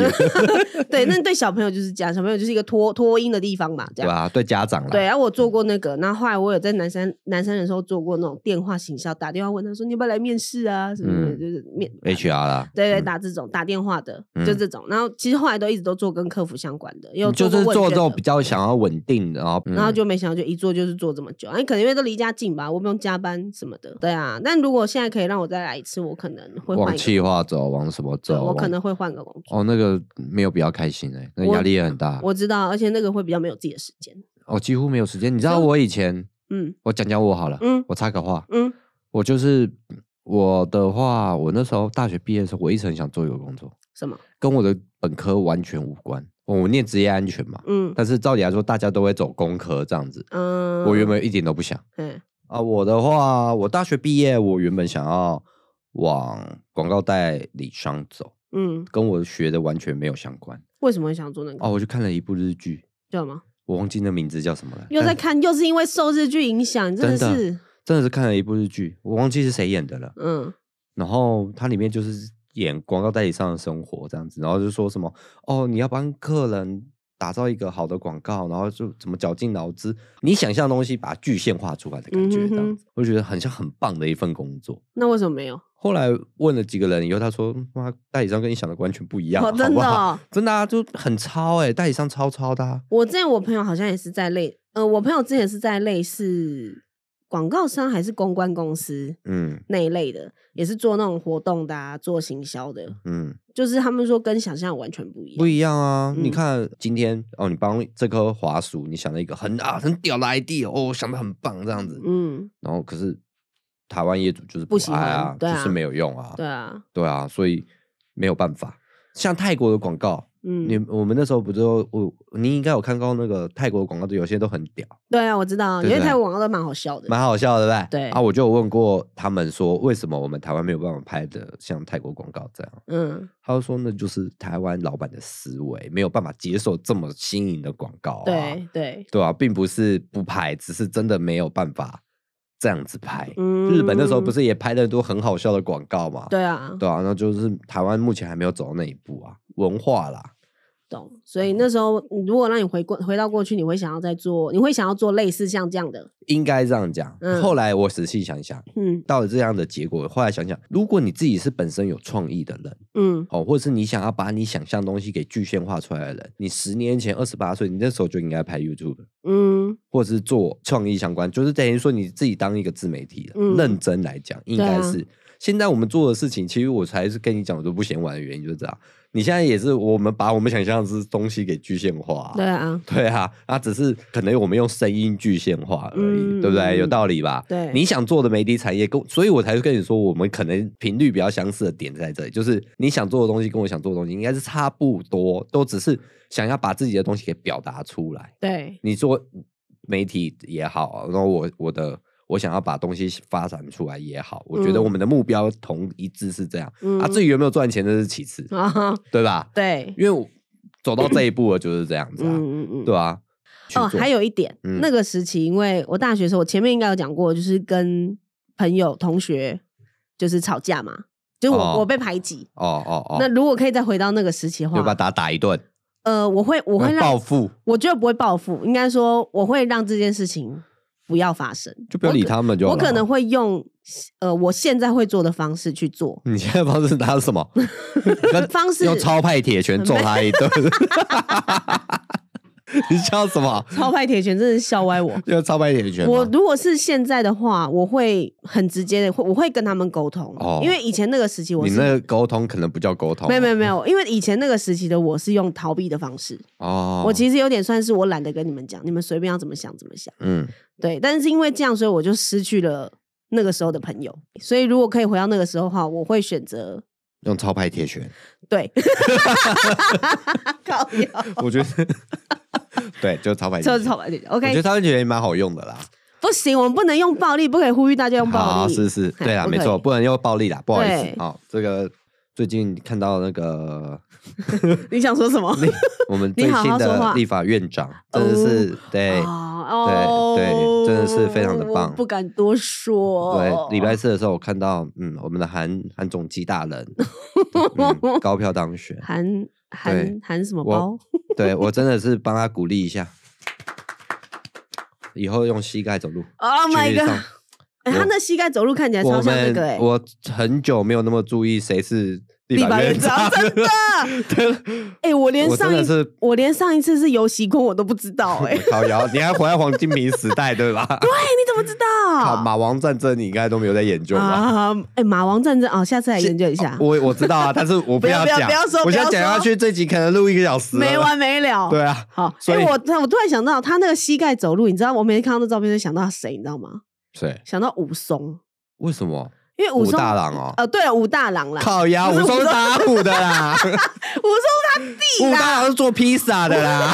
B: 对，那对小朋友就是这样，小朋友就是一个脱脱音的地方嘛，这
A: 对啊
B: 样。
A: 吧？对嗯家长啦，
B: 对，啊然后我做过那个，然后后来我有在南山南山的时候做过那种电话行销，打电话问他说你要不要来面试啊什么的，
A: 嗯
B: 就是面
A: HR 啦，
B: 对对
A: 嗯
B: 打这种打电话的，就
A: 嗯
B: 这种。然后其实后来都一直都做跟客服相关的，也有
A: 你就
B: 过
A: 是做
B: 问
A: 这
B: 卷
A: 种
B: 的
A: 比较想要稳定的，然后
B: 然后
A: 嗯
B: 就没想到就一做就是做这么久，哎，可能因为都离家近吧，我不用加班什么的。对啊，但如果现在可以让我再来一次，我可能会换
A: 嗯往
B: 一个
A: 气化走，往什么
B: 对
A: 走？
B: 我可
A: 往
B: 能会换个工作。
A: 哦，那个没有比较开心哎，那
B: 我
A: 压力也很大。
B: 我知道，而且那个会比较没有自己的时间。
A: 哦，几乎没有时间。你知道
B: 就
A: 我以前，
B: 嗯
A: 我讲讲我好了，
B: 嗯
A: 我插个话，
B: 嗯
A: 我就是我的话，我那时候大学毕业的时候，我一直很想做一个工作，
B: 什么？
A: 跟我的本科完全无关。哦我我念职业安全嘛，
B: 嗯
A: 但是照理来说，大家都会走工科这样子。
B: 嗯，
A: 我原本一点都不想
B: 嗯
A: 啊。我的话，我大学毕业，我原本想要往广告代理商走，
B: 嗯，
A: 跟我学的完全没有相关。
B: 为什么会想做那个？
A: 哦，我就看了一部日剧，
B: 知道吗？
A: 我忘记那名字叫什么了。
B: 又
A: 但
B: 在看，又是因为受日剧影响，真的
A: 哎真的
B: 是
A: 真的是看了一部日剧，我忘记是谁演的了。
B: 嗯
A: 然后它里面就是演广告代理商的生活这样子，然后就说什么哦，你要帮客人打造一个好的广告，然后就怎么绞尽脑汁，你想象的东西把它具象化出来的感觉，
B: 嗯哼
A: 这
B: 哼
A: 样子，我就觉得很像很棒的一份工作。
B: 那为什么没有？
A: 后来问了几个人以后，他说：“嗯妈，代理商跟你想的完全不一样，
B: 哦，真
A: 好不
B: 的
A: 好？
B: 哦。
A: 真的啊，就很超哎、代理商超超的、啊。
B: 我之前我朋友好像也是在类，呃，我朋友之前也是在类似广告商还是公关公司
A: 嗯
B: 那一类的，也是做那种活动的、啊，做行销的，”
A: 嗯，
B: 就是他们说跟想象完全不一
A: 不
B: 样。
A: 一样啊！你
B: 嗯
A: 看今天哦，你帮这颗滑鼠，你想了一个很啊很屌的 idea 哦，想的很棒这样子，
B: 嗯，
A: 然后可是台湾业主就是
B: 不喜
A: 爱啊
B: 欢，对
A: 就是
B: 啊
A: 没有用啊，
B: 对啊，
A: 对啊，所以没有办法。像泰国的广告，你
B: 嗯，
A: 我们那时候不就我你应该有看到那个泰国的广告，就有些都很屌，
B: 对啊，我知道，
A: 对
B: 因
A: 不
B: 为
A: 对
B: 泰国广告都蛮好笑的。
A: 蛮好笑的，对不对？
B: 对
A: 啊，我就有问过他们说，为什么我们台湾没有办法拍的像泰国广告这样？
B: 嗯，
A: 他就说那就是台湾老板的思维没有办法接受这么新颖的广告、啊，
B: 对对，
A: 对啊，并不是不拍，只是真的没有办法这样子拍。
B: 嗯，
A: 日本那时候不是也拍了很多很好笑的广告嘛？
B: 对啊，
A: 对啊，那就是台湾目前还没有走到那一步啊，文化啦，
B: 懂。所
A: 嗯
B: 以那时候如果让你回过回到过去，你会想要再做，你会想要做类似像这样的，
A: 应该这样讲。
B: 嗯
A: 后来我仔细想想，
B: 嗯
A: 到了这样的结果，后来想想，如果你自己是本身有创意的人，
B: 嗯，
A: 哦，或者是你想要把你想象的东西给具现化出来的人，你十年前二十八岁，你那时候就应该拍 YouTube 了。
B: 嗯，
A: 或者是做创意相关，就是等于说你自己当一个自媒体了。
B: 嗯
A: 认真来讲，应
B: 对
A: 该
B: 啊
A: 是、现在我们做的事情，其实我才是跟你讲我都不嫌晚的原因就是这样。你现在也是我们把我们想象之东西给具现化、
B: 对啊，
A: 对啊，那、只是可能我们用声音具现化而已，
B: 嗯
A: 对不对？有
B: 嗯
A: 道理吧？
B: 对
A: 你想做的媒体产业跟，所以我才会跟你说，我们可能频率比较相似的点在这里，就是你想做的东西跟我想做的东西应该是差不多，都只是想要把自己的东西给表达出来。
B: 对，
A: 你做媒体也好，然后我我的我想要把东西发展出来也好，我觉得
B: 嗯
A: 我们的目标同一致是这样、
B: 嗯
A: 啊。至于有没有赚钱，那是其次，
B: 啊哈，
A: 对吧？
B: *laughs* 对，
A: 因为我走到这一步了，就是这样子啊，
B: 嗯嗯嗯，
A: 对啊。去
B: 哦，
A: 做
B: 还有一点，
A: 嗯
B: 那个时期，因为我大学的时候，我前面应该有讲过，就是跟朋友、同学就是吵架嘛，就是我、
A: 哦
B: 我被排挤。
A: 哦哦
B: 那
A: 哦，
B: 如果可以再回到那个时期的
A: 就把
B: 话，
A: 打打一顿，
B: 呃，我会我会
A: 那报
B: 让，
A: 复
B: 我觉得不会报复，应该说我会让这件事情不要发生，
A: 就不要
B: 我
A: 理
B: 可。
A: 他们就好
B: 我
A: 了。
B: 可能会用呃我现在会做的方式去做，
A: 你现在方式是拿什么？
B: *laughs* 方
A: *laughs*
B: 式
A: 用超派铁拳揍他一顿。你笑什么？
B: 超派铁拳真的是笑歪我。
A: 要超白铁拳
B: 我
A: 吗？
B: 如果是现在的话，我会很直接的，会我会跟他们沟通，
A: 哦
B: 因为以前那个时期我
A: 你
B: 是
A: 那个沟通可能不叫沟通哦，
B: 没有没有没有，因为以前那个时期的我是用逃避的方式，
A: 哦。
B: 我其实有点算是我懒得跟你们讲，你们随便要怎么想怎么想。
A: 嗯，
B: 对，但是因为这样，所以我就失去了那个时候的朋友。所以如果可以回到那个时候的话，我会选择
A: 用超派铁拳， *laughs*
B: 对，靠腰，
A: 我觉得对，就超白铁
B: 这
A: 拳。
B: 是
A: 我
B: 好吧
A: 觉得
B: ？OK，
A: 超白铁拳也蛮好用的啦。
B: 不行，我们不能用暴力，不可以呼吁大家用暴
A: 好，
B: 力。
A: 是是，
B: 哎
A: 对啦，
B: 不
A: 没
B: 可
A: 错，
B: 以
A: 不能用暴力啦，不好意
B: 对
A: 思。好，这个最近看到那个
B: 你想说什么？
A: 我们
B: 你
A: 最
B: 好好
A: 新
B: 说
A: 的
B: 话
A: 立法院长，真的是哎对
B: 哦
A: 对
B: 哦
A: 真的是非常的
B: 我
A: 棒
B: 不敢多说。
A: 对，礼
B: 哦
A: 拜四的时候我看到，嗯，我们的韩韩总机大人嗯高票当选，
B: 含含
A: 对
B: 含什么包
A: 我？对我真的是帮他鼓励一下，以后用膝盖
B: *laughs*
A: 走路。
B: Oh my
A: 去上
B: god！哎、他
A: 我
B: 那膝盖走路看起来
A: 我
B: 超像那
A: 们
B: 个哎、
A: 我很久没有那么注意谁是立
B: 立法
A: 法
B: 院
A: 长，
B: 长真的
A: *laughs* 对
B: 哎、我 *laughs* 连
A: 我真
B: 上
A: 的
B: 一
A: 是
B: 我连上一次是游戏坤我都不知
A: *laughs*
B: 道哎、
A: 烤窑，你还活在黄金平时代对吧？ *laughs*
B: 哎、你怎么知
A: 好，
B: 道？
A: 马王战争你应该都没有在研究吧？
B: 啊，哎、马王战争哦，下次来研究一下，
A: 啊我我知道啊，但是我
B: 不
A: 要
B: 要不要
A: 讲，
B: 不要说
A: 我现在
B: 不要
A: 讲下
B: 说
A: 去，这集可能录一个小时了，
B: 没完没了。
A: 对啊，
B: 好，哎、
A: 所以
B: 我突然我突然想到他那个膝盖走路，你知道我每次看到那照片就想到谁，你知道吗？
A: 谁？
B: 想到武松，
A: 为什么？
B: 因为武
A: 武
B: 松
A: 大郎哦，
B: 呃，对了，武大郎啦，
A: 烤鸭，
B: 不
A: 武
B: 是
A: 松是打虎的
B: *laughs*
A: 啦，
B: 武松
A: 武
B: 他弟
A: 大
B: 啦，
A: 郎是做披萨的
B: *laughs*
A: 啦。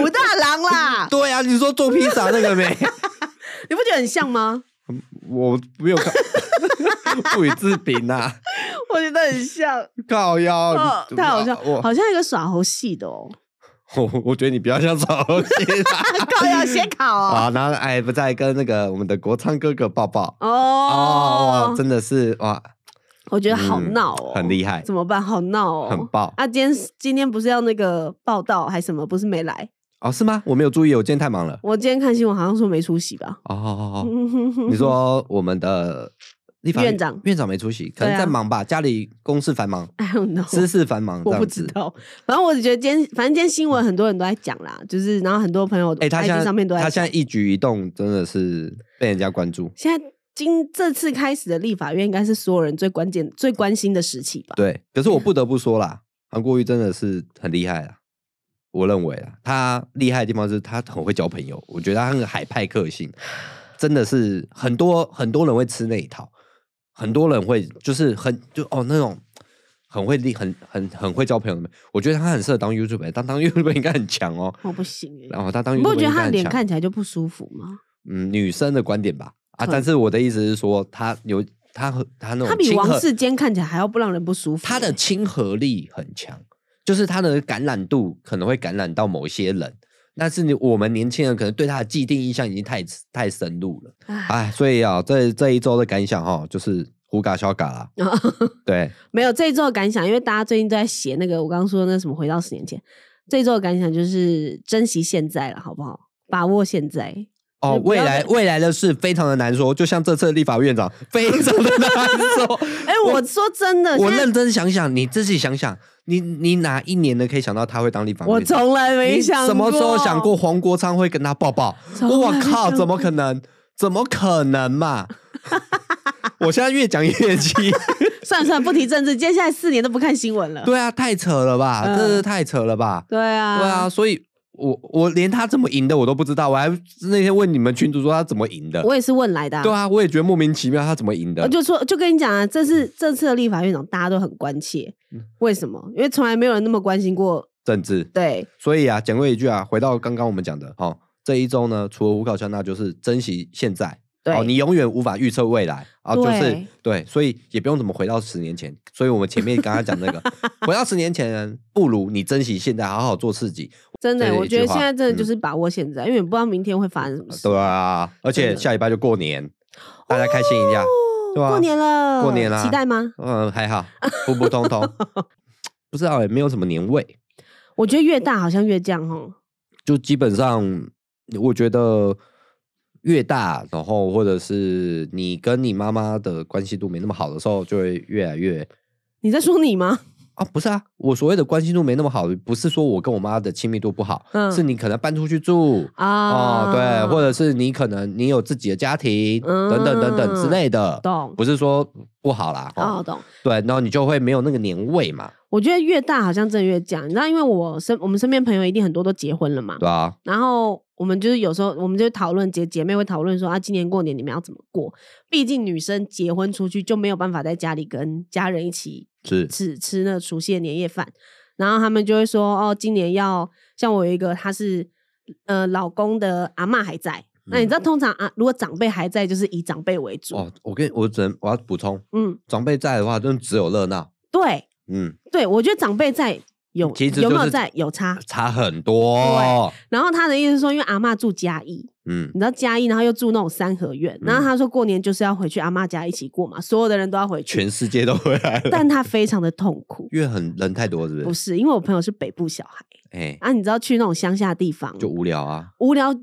B: 武大郎啦，
A: 对啊，你说做披萨那个没？
B: 你不觉得很像吗？
A: *laughs* 我没有看，不予置评呐。
B: *laughs* 我觉得很像，
A: 烤腰
B: 哦，太好笑，
A: 我
B: 好像一个耍猴戏的哦，
A: 我我觉得你不要像草东西
B: *laughs*
A: 啦。
B: 高要写考哦，
A: 啊啊，然后哎，不再跟那个我们的国昌哥哥抱抱。哦，哇
B: 哦，
A: 真的是哇，
B: 我觉得好闹哦，
A: 嗯很厉害
B: 怎么办？好闹哦，
A: 很爆
B: 啊，今天今天不是要那个报道还什么？不是没来？
A: 哦，是吗？我没有注意，我今天太忙了。
B: 我今天看新闻好像说没出席吧？
A: 哦，好
B: *laughs*
A: 好好， *laughs* 你说我们的立法
B: 院长
A: 院长没出席，可能
B: 对啊
A: 在忙吧，家里公事繁
B: *laughs*
A: 忙，
B: I don't know，
A: 私事繁忙，这
B: 我不
A: 样
B: 知
A: 子。
B: 道，反正我只觉得今天，反正今天新闻很多人都在讲啦，就是然后很多朋友，
A: 哎，他现
B: IG
A: 在
B: 上面都在
A: 他
B: 讲，
A: 现在一举一动真的是被人家关注，
B: 现在今这次开始的立法院应该是所有人最关键、最关心的时期吧？
A: 对。可是我不得不说啦，韩国瑜真的是很厉害啊。我认为啊，他厉害的地方是他很会交朋友，我觉得他那个海派个性真的是很多很多人会吃那一套，很多人会就是很就哦那种很会立很很很会交朋友的，我觉得他很适合当 YouTuber，当当 YouTuber 应该很强哦。
B: 我不行欸
A: 然后他当
B: 你
A: YouTuber
B: 不
A: 应该
B: 觉得他的
A: 很
B: 脸
A: 强
B: 看起来就不舒服吗？
A: 嗯女生的观点吧啊，
B: 可
A: 但是我的意思是说他有他和他那种
B: 他比
A: 亲和
B: 王世坚看起来还要不让人不舒服欸。
A: 他的亲和力很强，就是他的感染度可能会感染到某些人，但是你我们年轻人可能对他的既定印象已经太太深入了，
B: 唉
A: 哎，所以啊，这这一周的感想哈，就是胡嘎小嘎啦，
B: 哦 *laughs*
A: 对，
B: 没有这一周的感想，因为大家最近都在写那个我刚刚说的那什么回到十年前，这一周的感想就是珍惜现在了，好不好？把握现在，
A: 哦，
B: 不
A: 未
B: 要
A: 来未来的事非常的难说，就像这次的立法院长非常的难说，
B: 哎、 *laughs* 我说真的，
A: 我
B: 现在
A: 认真想想，你自己想想，你你哪一年的可以想到他会当立法
B: 我
A: 院长？
B: 从来没
A: 你
B: 想过，
A: 什么时候想过？黄国昌会跟他抱抱？
B: 从
A: 我
B: 来没
A: 靠，
B: 想
A: 怎么可能？怎么可能
B: *laughs*
A: 嘛！我现在越讲越气，
B: 算了算了，不提政治，接下来四年都不看新闻了。
A: 对啊，太扯了吧，
B: 嗯
A: 真的是太扯了吧，
B: 对啊，
A: 对啊，，所以我我连他怎么赢的我都不知道，我还那天问你们群主说他怎么赢的，
B: 我也是问来的、啊。
A: 对啊，我也觉得莫名其妙他怎么赢
B: 我
A: 的，
B: 呃就说，就跟你讲啊，这
A: 嗯
B: 是这次的立法院长，大家都很关切，为什么？因为从来没有人那么关心过。
A: 政治。
B: 对，
A: 所以啊，讲过一句啊，回到刚刚我们讲的，哦，这一周呢，除了胡搞笑，那就是珍惜现在，
B: 对
A: 哦，你永远无法预测未来啊，就
B: 对
A: 是对，所以也不用怎么回到十年前。所以我们前面刚刚讲
B: *laughs*
A: 那个，回到十年前，不如你珍惜现在，好好做自己。
B: 真的，
A: 这
B: 我
A: 一
B: 觉得
A: 句话
B: 现在真的
A: 嗯
B: 就是把握现在，因为你不知道明天会发生什么事。
A: 对啊，而且
B: 真的
A: 下礼拜就过年，大家开心一下。
B: 哦
A: 对啊
B: 过年了，
A: 过年啦
B: 期待吗？
A: 嗯，还好，普普通
B: *laughs*
A: 通，不知道欸也没有什么年味，
B: 我觉得越大好像越这样哦。
A: 就基本上我觉得。越大，然后或者是你跟你妈妈的关系度没那么好的时候，就会越来越
B: 你在说你吗？
A: 啊，不是啊，我所谓的关系度没那么好，不是说我跟我妈的亲密度不好，
B: 嗯
A: 是你可能搬出去住。
B: 啊
A: 哦，对，或者是你可能你有自己的家庭，等等等等之类的，
B: 嗯懂
A: 不是说不好啦，
B: 哦
A: 哦，
B: 懂。
A: 对，然后你就会没有那个年味嘛，
B: 我觉得越大好像真的越这样，你知道，因为我身我们身边朋友一定很多都结婚了嘛，
A: 对啊，
B: 然后我们就是有时候我们就讨论姐姐妹会讨论说啊，今年过年你们要怎么过？毕竟女生结婚出去就没有办法在家里跟家人一起
A: 是
B: 吃吃那个除夕的年夜饭，然后他们就会说哦，今年要像我有一个他是呃老公的阿嬷还在，那你知道通常啊，如果长辈还在，就是以长辈为主，
A: 嗯哦，我跟我只能我要补充，
B: 嗯，
A: 长辈在的话，就只有热闹，
B: 对
A: 嗯，
B: 对，我觉得长辈在有
A: 其实
B: 有没
A: 就
B: 有
A: 是
B: 在有差，
A: 差很多，
B: 然后他的意思是说，因为阿嬷住嘉义，
A: 嗯，
B: 你知道嘉义，然后又住那种三合院，然后他说过年就是要回去阿嬷家一起过嘛，所有的人都要回去，
A: 全世界都回来
B: *laughs*
A: 了，
B: 但他非常的痛苦。
A: 因为很人太多，是
B: 不
A: 不是？
B: 是，因为我朋友是北部小孩
A: 哎，
B: 啊，你知道去那种乡下地方
A: 就无聊啊，
B: 无聊，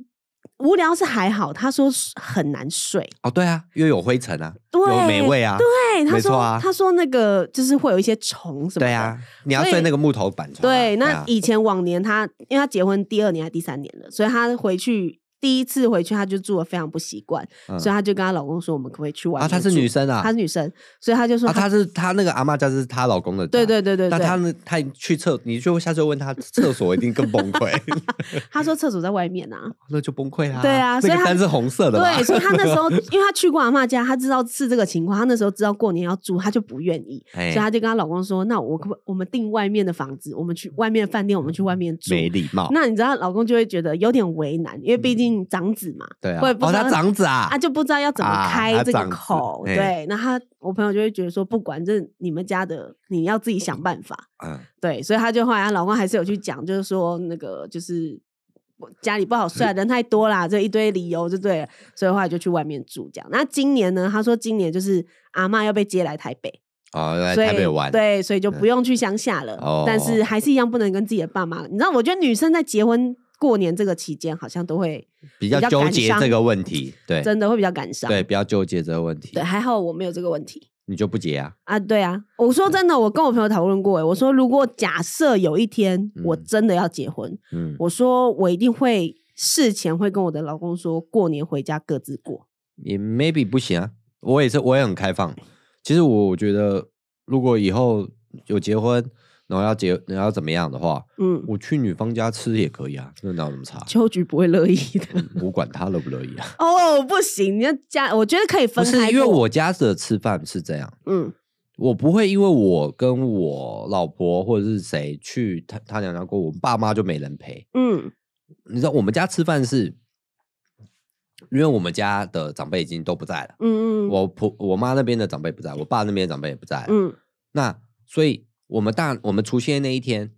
B: 无聊是还好，他说是很难睡，
A: 哦，对啊，因为有灰尘啊，有
B: 对，
A: 霉味啊，
B: 对，他
A: 没
B: 说、
A: 错啊
B: 他说那个就是会有一些虫什么的，
A: 对啊，你要
B: 所以
A: 睡那个木头板床啊，
B: 对，那
A: 啊
B: 以前往年他，因为他结婚第二年还是第三年了，所以他回去第一次回去他就住的非常不习惯，
A: 嗯
B: 所以他就跟她老公说：“我们可不可以去外
A: 啊，
B: 面住？”
A: 她是女生啊，
B: 她是女生，所以她就说
A: 啊，
B: 她
A: 她是她那个阿妈家是她老公的家，
B: 对对对对
A: 那
B: 对，
A: 她呢？她去厕，你就下次问她厕所一定更崩
B: *laughs*
A: 溃，
B: 她说厕所在外面
A: *laughs*
B: 啊，
A: 那就崩溃啦。
B: 对啊所以
A: 那
B: 她
A: 个单是红色的嘛，
B: 对，所以她那时候 *laughs* 因为她去过阿妈家，她知道是这个情况，她那时候知道过年要住，她就不愿意，
A: 哎
B: 所以她就跟她老公说：“那我可不我们订外面的房子，我们去外面的饭店，我们去外面住。”
A: 没礼貌。
B: 那你知道，老公就会觉得有点为难，因为毕竟长子嘛，
A: 对啊，
B: 我也不
A: 哦，
B: 知道
A: 她长子啊，
B: 啊，就不知道要怎么
A: 啊他
B: 开这个
A: 长子
B: 口。
A: 哎
B: 对，那他我朋友就会觉得说，不管这你们家的，你要自己想办法。
A: 嗯，
B: 对，所以他就后来她老公还是有去讲，就是说那个就是我家里不好睡啊，人太多啦，这一堆理由就对了。所以后来就去外面住这样。那今年呢，他说今年就是阿嬷要被接来台北，
A: 哦，来
B: 所以
A: 台北玩，嗯
B: 对，所以就不用去乡下了。
A: 哦
B: 但是还是一样不能跟自己的爸妈。你知道，我觉得女生在结婚过年这个期间，好像都会
A: 比较
B: 比较
A: 纠
B: 感
A: 结
B: 伤
A: 这个问题，对
B: 真的会比较感伤。
A: 对，比较纠结这个问题
B: 对，，还好我没有这个问题。
A: 你就不结啊？
B: 啊，对啊，我
A: 嗯
B: 说真的，我跟我朋友讨论过欸，我说如果假设有一天我
A: 嗯
B: 真的要结婚，
A: 嗯，
B: 我说我一定会事前会跟我的老公说，过年回家各自过。
A: 也 maybe 不行啊。我也是，我也很开放。其实我觉得，如果以后有结婚，然后要结，然后要怎么样的话，
B: 嗯，
A: 我去女方家吃也可以啊，那哪有那么差？
B: 秋菊不会乐意的。
A: 嗯我管他乐不乐意
B: *laughs*
A: 啊？
B: 哦，不行，你要家，我觉得可以
A: 不
B: 分
A: 是
B: 开。
A: 因为，我家的吃饭是这样，
B: 嗯
A: 我不会因为我跟我老婆或者是谁去他他娘家过，我爸妈就没人陪。
B: 嗯
A: 你知道我们家吃饭是，因为我们家的长辈已经都不在了，
B: 嗯嗯，
A: 我婆我妈那边的长辈不在，我爸那边的长辈也不在了，
B: 嗯
A: 那所以我们大我们除夕夜那一天，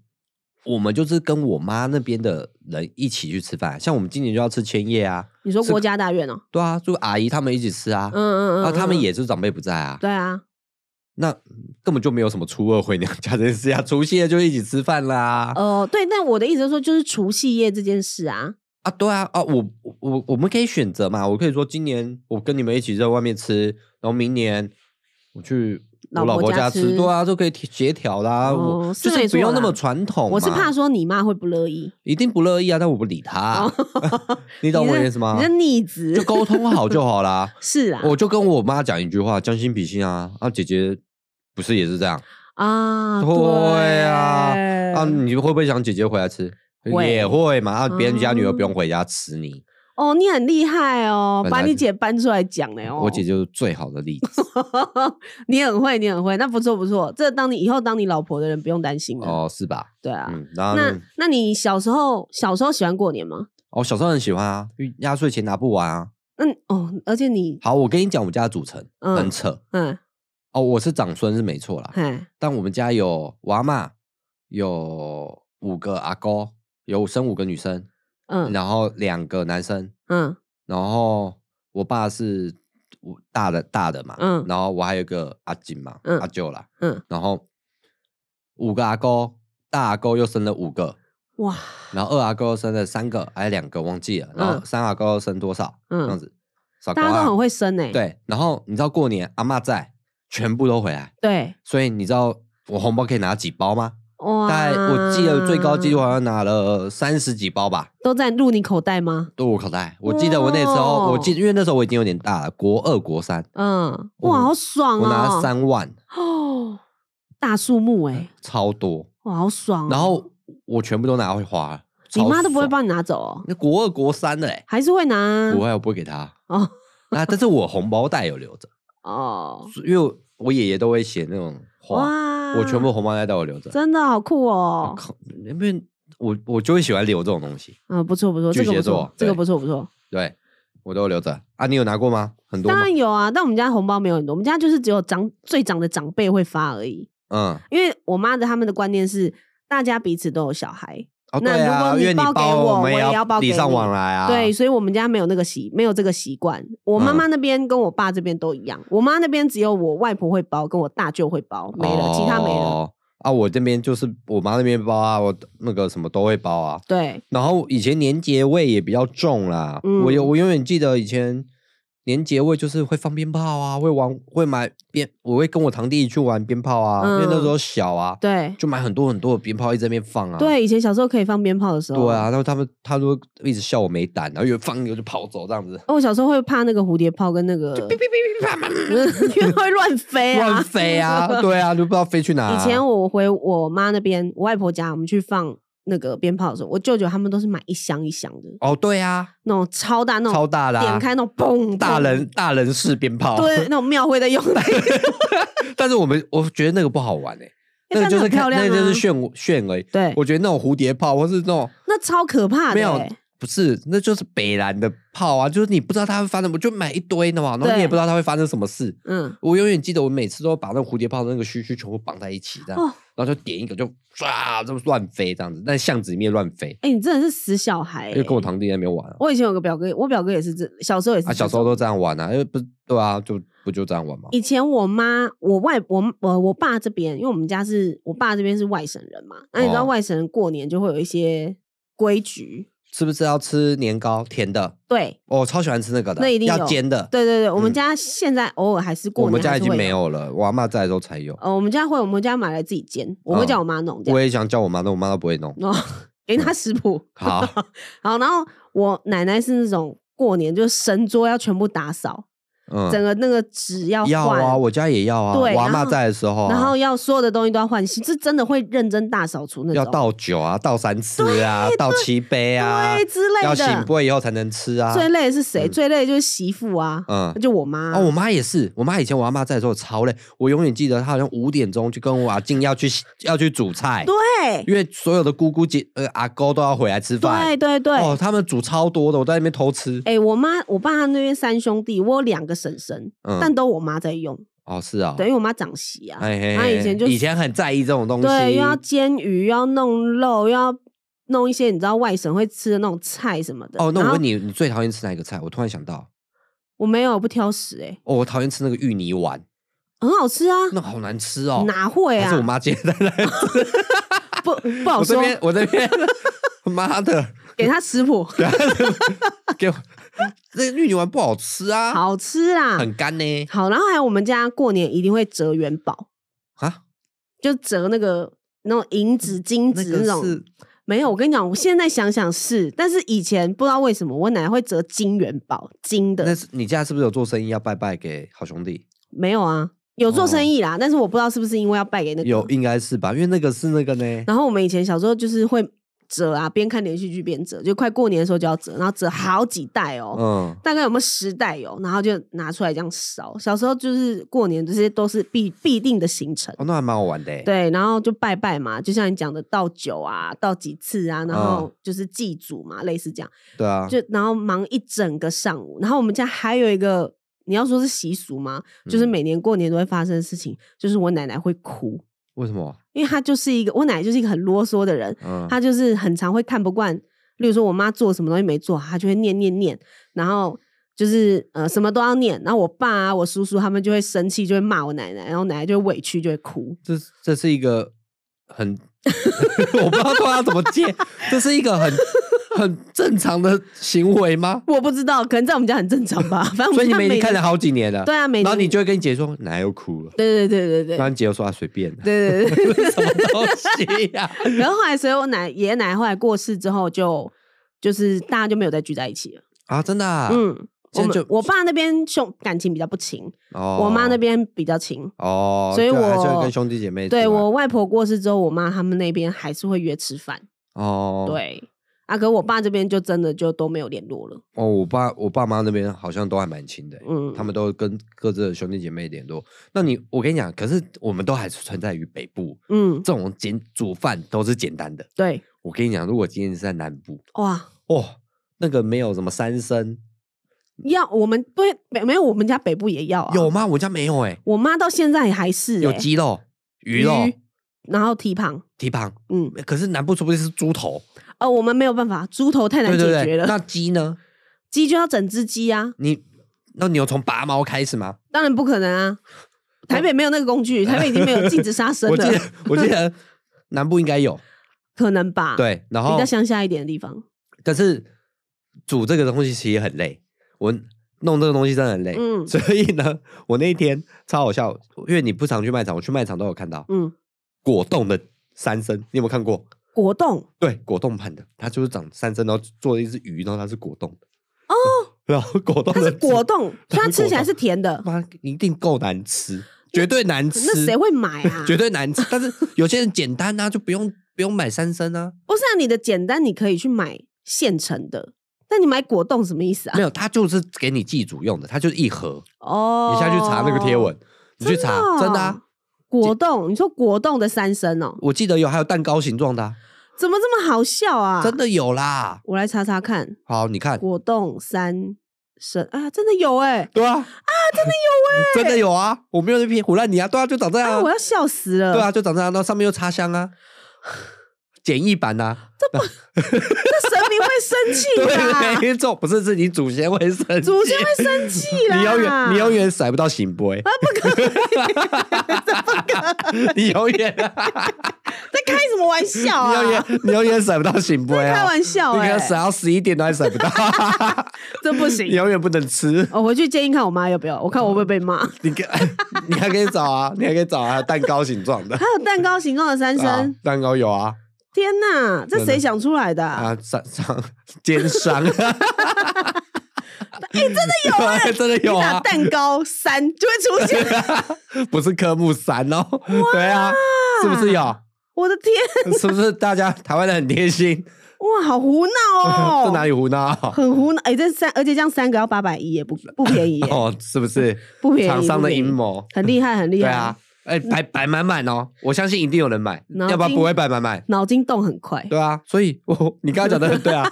A: 我们就是跟我妈那边的人一起去吃饭，像我们今年就要吃千叶啊，
B: 你说
A: 是
B: 国家大院哦，
A: 对啊，就阿姨他们一起吃啊，
B: 嗯嗯嗯，
A: 然后他们
B: 嗯
A: 也就是长辈不在啊，
B: 对啊，
A: 那根本就没有什么初二回娘家这件事啊，除夕夜就一起吃饭啦，
B: 哦对，但我的意思是说，就是除夕夜这件事啊，
A: 啊，对啊，啊，我我我我们可以选择嘛，我可以说今年我跟你们一起在外面吃，然后明年我去我
B: 老
A: 老
B: 婆
A: 婆
B: 家
A: 家
B: 吃
A: 对啊，都可以提协调啦，
B: 哦
A: 我
B: 是
A: 就
B: 没
A: 是不
B: 错
A: 用那么
B: 啦
A: 传统嘛，
B: 我是怕说你妈会不乐意。
A: 一定不乐意啊，但我不理他啊、 *laughs* 你懂我
B: 这
A: 意思吗
B: 哦你？这逆子。
A: 就沟通好就好啦
B: *laughs* 是啊，
A: 我就跟我妈讲一句话：将心比心啊！啊，姐姐不是也是这样
B: 啊，
A: 对啊
B: 对
A: 啊？你会不会想姐姐回来吃？
B: 会
A: 也会嘛！啊，别人家女儿不用
B: 哦
A: 回家吃你，
B: 哦，你很厉害哦，
A: 本
B: 把
A: 来
B: 你
A: 就
B: 姐搬出来讲嘞哦，
A: 我姐，就是最好的例
B: *laughs*
A: 子
B: 你很会，你很会，那不错不错，这当你以后当你老婆的人不用担心了，
A: 哦，是吧？
B: 对啊。
A: 嗯，然后
B: 那
A: 呢
B: 那你小时候小时候喜欢过年吗？
A: 哦，小时候很喜欢啊，因为压岁钱拿不完啊。
B: 嗯哦，而且你
A: 好，我跟你讲，我们家的组成
B: 嗯
A: 很扯
B: 嗯
A: 哦，我是长孙是没错啦，
B: 嘿
A: 但我们家有娃嘛，有五个阿公，有生五个女生，
B: 嗯
A: 然后两个男生，
B: 嗯
A: 然后我爸是我大的大的嘛，
B: 嗯
A: 然后我还有一个阿金嘛，
B: 嗯
A: 阿舅啦，
B: 嗯，
A: 然后五个阿公，大阿公又生了五个，
B: 哇
A: 然后二阿公又生了三个，还有两个忘记了，然后
B: 嗯
A: 三阿公又生多少，
B: 嗯
A: 这样子，少
B: 大家
A: 瓜
B: 都
A: 啊
B: 很会生哎、
A: 对，然后你知道过年阿嬷在，全部都回来，
B: 对
A: 所以你知道我红包可以拿几包吗？
B: 哇
A: 大概我记得最高纪录好像拿了三十几包吧，
B: 都在入你口袋吗？
A: 都我口袋。我记得我那时
B: 哦
A: 候，我记得因为那时候我已经有点大了，国二国三，
B: 嗯，
A: 我
B: 哇，好爽哦！
A: 我拿三万，
B: 哦，大数目哎、
A: 超多，
B: 哇，好爽、哦！
A: 然后我全部都拿回花了。
B: 你妈
A: 超
B: 都不会
A: 爽
B: 帮你拿走哦，
A: 那国二国三的嘞，
B: 还是会拿啊？
A: 不会，我不会给他。
B: 哦
A: 那但是我红包袋有留着，
B: 哦，
A: 因为我爷爷都会写那种话，
B: 哇
A: 我全部红包袋都有留着。
B: 真的好酷哦！
A: 靠，因为我我就会喜欢留这种东西，
B: 嗯，不错不错，
A: 巨
B: 这个
A: 蟹
B: 不
A: 座
B: 错，这个
A: 对
B: 不错不错。
A: 对我都有留着啊。你有拿过吗？很多
B: 当
A: 吗？
B: 然有啊，但我们家红包没有很多，我们家就是只有长最长的长辈会发而已。
A: 嗯，
B: 因为我妈的他们的观念是，大家彼此都有小孩，
A: 哦
B: 那
A: 对
B: 如
A: 啊，
B: 果
A: 因
B: 你
A: 为你
B: 包给
A: 包
B: 我
A: 们
B: 我
A: 也
B: 也
A: 要
B: 要包
A: 礼
B: 给
A: 尚
B: 你
A: 往来啊。
B: 对，所以我们家没有那个习，没有这个习惯。我妈妈那边跟我爸这边都一样，我妈那边只有我外婆会包，跟我大舅会包，没了，其他没了。
A: 哦啊，我这边就是我妈那边包啊，我那个什么都会包啊。
B: 对，
A: 然后以前年节味也比较重啦，
B: 嗯
A: 我有我永远记得以前年节味就是会放鞭炮啊，会玩会买鞭，我会跟我堂弟去玩鞭炮啊，因为
B: 嗯
A: 那时候小啊，
B: 对，
A: 就买很多很多的鞭炮一直在那边放啊，
B: 对，以前小时候可以放鞭炮的时候，
A: 对啊，然后他们他都一直笑我没胆，然后有人放一个就跑走这样子，
B: 哦，我小时候会怕那个蝴蝶炮跟那个，因为会乱飞啊，
A: 乱飞
B: *laughs*
A: 啊，对啊，就不知道飞去哪啊、
B: 以前我回我妈那边，我外婆家，我们去放那个鞭炮的时候，我舅舅他们都是买一箱一箱的，
A: 哦，对啊，
B: 那种超大那
A: 超
B: 种，
A: 大的、啊，
B: 点开那种嘣，
A: 大
B: 嘣
A: 人哦大人式鞭炮，
B: 对，那种庙会在用的，
A: *laughs* 但是我们我觉得那个不好玩哎、那个
B: 但
A: 就是
B: 很
A: 看
B: 漂亮啊
A: 那个就是炫舞炫而已。
B: 对，
A: 我觉得那种蝴蝶炮或是那种
B: 那超可怕
A: 没
B: 的、
A: 有
B: 欸，
A: 不是，那就是北蓝的炮啊，就是你不知道它会发生，我就买一堆的嘛，然后
B: 对
A: 你也不知道它会发生什么事。
B: 嗯，
A: 我永远记得，我每次都把那个蝴蝶炮的那个须须全部绑在一起，这样，
B: 哦
A: 然后就点一个就唰，这么乱飞这样子，在巷子里面乱飞。
B: 哎、你真的是死小孩、
A: 因
B: 欸
A: 为，跟我堂弟在那边玩啊，
B: 我以前有个表哥，我表哥也是这，小时候也是
A: 啊
B: 这
A: 小时
B: 种
A: 候都这样玩啊，因为不对啊，就不就这样玩嘛。
B: 以前我妈、我外、我我我爸这边，因为我们家是我爸这边是外省人嘛，那你知道
A: 哦
B: 外省人过年就会有一些规矩，
A: 是不是要吃年糕甜的？
B: 对
A: 哦我超喜欢吃那个的，
B: 那一定有
A: 要煎的。
B: 对对对，我们
A: 嗯
B: 家现在偶尔还是过
A: 我
B: 年，
A: 们家已经没
B: 有。
A: 有了，我阿妈在的时候才有。
B: 呃，我们家会，我们家买来自己煎，我会
A: 嗯
B: 叫我妈弄这
A: 我
B: 样。
A: 也想叫我妈，但我妈都不会弄。
B: 哦，给她食谱。
A: *laughs* 好，
B: *laughs* 好，然后我奶奶是那种过年就是神桌要全部打扫，
A: 嗯，
B: 整个那个纸要
A: 要
B: 换，
A: 啊，我家也要啊。
B: 对
A: 我阿
B: 然
A: 妈
B: 后
A: 在的时候啊，
B: 然后要所有的东西都要换新，是真的会认真大扫除那种。
A: 要倒酒啊，倒三次啊，倒七杯啊，
B: 对之类的，
A: 要醒杯以后才能吃啊。
B: 最累的是谁？
A: 嗯
B: 最累的就是媳妇啊，
A: 嗯
B: 那就我妈。
A: 哦，我妈也是，我妈以前我阿妈在的时候超累，我永远记得她好像五点钟就跟我阿静要去
B: *laughs*
A: 要去煮菜，
B: 对
A: 因为所有的姑姑姐呃阿公都要回来吃
B: 对
A: 饭。
B: 对对，
A: 哦，他们煮超多的，我在那边偷吃。
B: 哎，我妈我爸他们那边三兄弟，我有两个婶婶，但
A: 嗯，
B: 都我妈在用，
A: 哦是啊，
B: 等于我妈长媳啊，
A: 哎嘿
B: 她以
A: 嘿
B: 前就
A: 以前很在意这种东西，
B: 对，又要煎鱼，又要弄肉，又要弄一些你知道外省会吃的那种菜什么的。
A: 哦，那
B: 然
A: 我
B: 后
A: 问你，你最讨厌吃哪一个菜？我突然想到，
B: 我没有我不挑食，哎，
A: 哦，我讨厌吃那个芋泥丸，
B: 很好吃啊，
A: 那好难吃哦。
B: 哪会
A: 还是我
B: 啊？
A: 妈接的来，
B: 不不
A: *laughs*
B: 好
A: 我这
B: 说，
A: 边我这边，妈的，
B: 给她食谱，
A: 啊给我那个芋泥丸不好吃啊，
B: 好吃啦，
A: 很干呢
B: 好。然后还有我们家过年一定会折元宝。
A: 啊，
B: 就折那个那种银子、金
A: 那
B: 子那
A: 个
B: 种。
A: 是
B: 没有，我跟你讲，我现在想想是，但是以前不知道为什么我奶奶会折金元宝，金
A: 那
B: 的
A: 是你家是不是有做生意要拜拜给好兄弟？
B: 没有啊，有做生意啦，但是我不知道是不是因为要拜给那个。
A: 哦有应该是吧，因为那个是那个呢，
B: 然后我们以前小时候就是会折啊，边看连续剧边折，就快过年的时候就要折，然后折好几袋哦。
A: 嗯，
B: 大概有没有十袋哦？然后就拿出来这样烧。小时候就是过年，这些都是必必定的行程。
A: 哦，那还蛮好玩的，，
B: 对，然后就拜拜嘛，就像你讲的倒酒啊，倒几次啊，然后
A: 嗯
B: 就是祭祖嘛，类似这样。
A: 对啊，
B: 就然后忙一整个上午，然后我们家还有一个，你要说是习俗吗？就是
A: 嗯
B: 每年过年都会发生的事情，就是我奶奶会哭，
A: 为什么？
B: 因为她就是一个我奶奶就是一个很啰嗦的人，
A: 嗯，
B: 她就是很常会看不惯，例如说我妈做什么东西没做好，她就会念念念，然后。就是呃什么都要念，然后我爸啊、我叔叔他们就会生气，就会骂我奶奶，然后奶奶就会委屈，就会哭。
A: 这是这 *laughs* 是一个很，我不知道他要怎么接，这是一个很很正常的行为吗？
B: 我不知道，可能在我们家很正常吧。反正我
A: 所以你
B: 家
A: 们已
B: 每
A: 经看了
B: 年
A: 好几年了，
B: 对啊，每
A: 然后
B: 年
A: 你就会跟你姐说奶又哭了，
B: 对对对对
A: 啊然后
B: 对
A: 你姐又说啊随便
B: *laughs*
A: 啊，
B: 对对对。
A: 什么东西呀？ *laughs*
B: *laughs* 然后后来，所以我奶爷爷奶奶后来过世之后就，就是大家就没有再聚在一起了。
A: 啊，真的啊，
B: 嗯，
A: 现在
B: 我们
A: 就
B: 我爸那边兄感情比较不亲，
A: 哦
B: 我妈那边比较亲。
A: 哦，
B: 所以
A: 就还是会
B: 我
A: 跟兄弟姐妹
B: 对
A: 出来
B: 我外婆过世之后，我妈他们那边还是会约吃饭。
A: 哦，，
B: 对，啊，可我爸这边就真的就都没有联络了。
A: 哦，我爸我爸妈那边好像都还蛮亲的欸，
B: 嗯，
A: 他们都跟各自的兄弟姐妹联络。那你我跟你讲，可是我们都还是存在于北部，
B: 嗯，
A: 这种简煮饭都是简单的。
B: 对，
A: 我跟你讲，如果今天是在南部，
B: 哇，
A: 哦，那个没有什么三牲，
B: 要我们对北没有我们家北部也要啊，
A: 有吗？我家没有哎、
B: 我妈到现在也还是、欸、
A: 有鸡肉、鱼肉、
B: 鱼然后蹄膀，
A: 蹄膀，
B: 嗯，
A: 可是南部说不定是猪头，
B: 呃，我们没有办法，猪头太难
A: 对
B: 解
A: 对
B: 决
A: 对。
B: 了，
A: 那鸡呢？
B: 鸡就要整只鸡啊，
A: 你那你有从拔毛开始吗？
B: 当然不可能啊，台北没有那个
A: *laughs*
B: 工具，台北已经没有禁止杀
A: 哦
B: 生
A: 我记
B: 了，
A: 得我记
B: *laughs*
A: 得南部应该有
B: 可能吧？，
A: 对，哦然
B: 比
A: 后
B: 较乡下一点的地方，
A: 可是煮这个东西其实很累，我弄这个东西真的很累。
B: 嗯
A: 所以呢，我那一天超好笑，因为你不常去卖场，我去卖场都有看到
B: 嗯，
A: 果冻的三生，你有没有看过？
B: 果冻
A: 对，果冻盘的，它就是长三生，然后做了一只鱼，然后它是果冻哦，然后果冻
B: 它
A: 的
B: 是果
A: 汁，
B: 冻，所以它吃起来是甜的，
A: 妈一定够难吃，绝对难哦吃，
B: 那谁会
A: *laughs*
B: 买啊？
A: 绝对难吃。但是有些人简单啊，就不用不用买三生啊，
B: 不是啊，你的简单你可以去买现成的，但你买果冻什么意思啊
A: 没？有，它就是给你祭祖用的，它就是一盒，
B: 哦，
A: 你下去查那个贴文，你去查，
B: 哦
A: 真的啊，
B: 果冻，你说果冻的三生哦，
A: 我记得有，还有蛋糕形状的啊、
B: 怎么这么好笑啊？
A: 真，的有啦。
B: 我来查查看，
A: 好，你看，
B: 果冻三生，哎呀，真的有哎、
A: 对啊，啊， *laughs* 真的有哎、真的有
B: 欸
A: 啊，我没有在骗胡乱你啊，对啊，就长这样、
B: 啊，
A: 啊，
B: 我要笑死了。
A: 对啊，，就长这样，那上面又插香
B: *laughs*
A: 啊，简易版呐、啊，
B: 这神明会生气啦，
A: 对，这种不是是你祖先会生气，
B: 祖先会生气啦。
A: 你永远你永远甩不到醒波，啊，不可以， *laughs* 你永远，
B: 在开什么玩笑
A: 你永
B: 啊
A: 远？，你永远甩不到醒波啊，
B: 开玩笑
A: 你可
B: 哎、
A: 能甩到十一点都还甩不
B: *laughs*
A: 到，
B: 这不
A: 你
B: 行。哦
A: 永远不能吃。
B: 我回去建议看我妈要不要，我看我会不会被骂。
A: 你可你还可以找啊，你还可以找啊，蛋糕形状的
B: 还有蛋糕形状的三
A: 啊
B: 生，，
A: 蛋糕有啊
B: 天哪，这
A: 真的
B: 谁想出来的啊、
A: 啊，上上奸
B: *laughs*
A: 商，哎，真的有啊， *laughs* 真的有
B: 你打
A: 啊，
B: 蛋糕三就会
A: *laughs*
B: 出现，
A: 不是科目三哦，对啊，是不是有？
B: 我的天，
A: 是不是大家台湾人很贴心？
B: 哇，好胡闹
A: *laughs*
B: 哦！
A: 这哪里胡
B: *laughs*
A: 闹？
B: 很胡闹，哎、这三，而且这样三个要八百一，也不不便宜耶，
A: 哦，是不
B: *laughs*
A: 是
B: 不便宜
A: 厂商
B: 不
A: 的
B: 便宜
A: 阴谋？
B: 很厉害，很厉
A: 对
B: 害，
A: 啊，哎，摆摆满满哦，我相信一定有人买，
B: 脑
A: 要不然
B: 筋
A: 不会摆满满。
B: 脑筋动很快，
A: 对啊，所以我你刚刚讲的很对
B: *laughs*
A: 啊，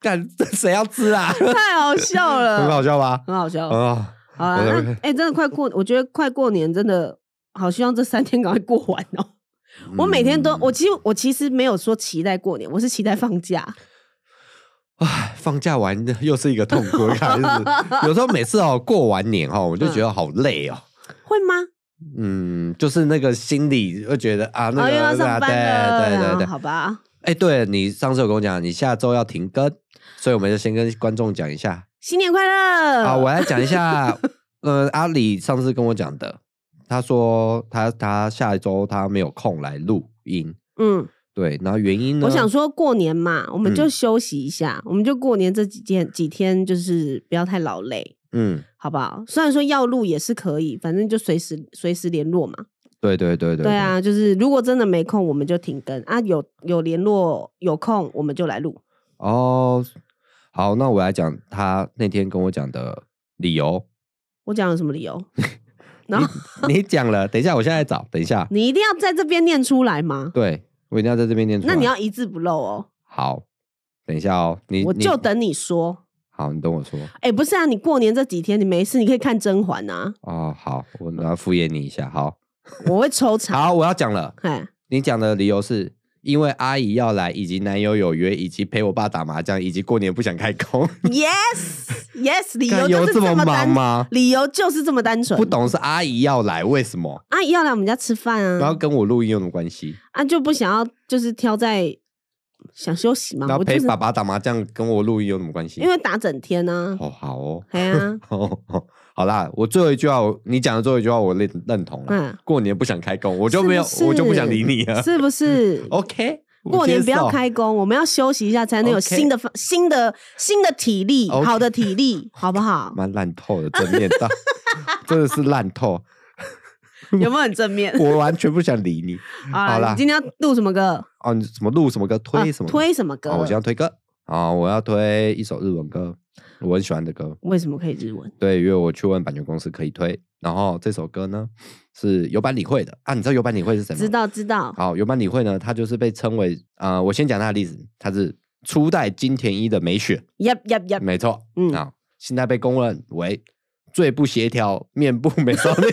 A: 干这谁要吃啊？
B: 太好笑
A: *laughs* 很
B: 了，
A: 好笑吧？
B: 很好笑。
A: 啊， *laughs*
B: 好啦，
A: 我
B: 那
A: 的
B: 哎、真的快过，我觉得快过年真的好希望这三天赶快过完哦。我
A: 嗯
B: 每天都，我其实我其实没有说期待过年，我是期待放假。
A: 唉，放假完又是一个痛苦的开
B: *laughs*
A: 始。有时候每次哦过完年哦，我就觉得好累哦。
B: 会吗？
A: 嗯，就是那那个心里会觉得啊，那
B: 哦，
A: 个
B: 又要上班了，
A: 对对对
B: 啊
A: 对。
B: 好吧。
A: 哎，对你上次有跟我讲，你下周要停更，所以我们就先跟观众讲一下。
B: 新年快乐！
A: 啊，我来讲一下，呃，阿里上次跟我讲的，他说他他下一周他没有空来录音，
B: 嗯，
A: 对，然后原因呢？
B: 我想说过年嘛，我们就
A: 嗯
B: 休息一下，我们就过年这几天几天，就是不要太劳累，
A: 嗯，
B: 好不好？虽然说要录也是可以，反正就随时随时联络嘛。
A: 对对对对，
B: 对啊，就是如果真的没空，我们就停更啊。有有联络，有空我们就来录。
A: 对，哦，好，那我来讲他那天跟我讲的理由，
B: 我讲有什么理由？然后
A: 你你讲了，等一下，我现在找，等一下，
B: 你一定要在这边念出来吗？
A: 对我一定要在这边念出来，
B: 那你要一字不漏哦，
A: 好，等一下哦，你
B: 我
A: 你
B: 就等你说。
A: 好，你等我说
B: 哎、不是啊，你过年这几天你没事，你可以看《甄嬛》啊，
A: 哦，好，我来敷衍你一下，好，
B: 我会抽查。
A: 好，我要讲了。
B: 哎，
A: 你讲的理由是因为阿姨要来，以及男友有约，以及陪我爸打麻将，以及过年不想开工。
B: Yes, *laughs* yes，理由
A: 看
B: 就是
A: 有这么忙
B: 单，
A: 吗？
B: 理由就是这么单纯。嗯啊
A: 不懂是阿姨要来，为什么？
B: 阿姨要来我们家吃饭
A: 然后
B: 啊，
A: 跟我录音有什么关系？
B: 啊就不想要就是挑在想休息嘛，
A: 那
B: 我就
A: 陪
B: 是
A: 爸爸打麻将跟我录音有什么关系？
B: 因为打整天呢、
A: 哦，好哦，
B: 哎呀，
A: 哦， *laughs* 好啦，我最后一句话，我你讲的最后一句话，我认认同了。
B: 嗯
A: 过年不想开工，我就是没有，
B: 不是
A: 我就不想理你了。
B: 是
A: *laughs*
B: 不是？
A: OK，
B: 过年不要
A: 我接受。
B: 开工，我们要休息一下，才能有
A: OK
B: 新的方、新的、新的体
A: *laughs*
B: 力
A: OK
B: 好的体力，好
A: *laughs*
B: 不好？
A: *laughs* 蛮烂透的，正面
B: *laughs*
A: 到真的是烂透，
B: 有没有很正面？
A: 我完全不想理你。好
B: 啊，
A: 啦
B: 你今天要录什么歌？
A: 哦，你什么录什么歌，推
B: 啊
A: 什么、
B: 推什么歌？
A: 啊，我想要推歌啊，我要推一首日文歌，我很喜欢的歌。
B: 为什么可以日文？
A: 对，因为我去问版权公司可以推。然后这首歌呢是有版理惠的啊，你知道有版理惠是谁吗？
B: 知。道知道，
A: 好，有版理惠呢，她就是被称为呃，我先讲她的例子，她是初代金田一的美雪，
B: yep yep yep，
A: 没错，
B: 嗯
A: 啊，现在被公认为最不协调 *laughs* 面部美少女，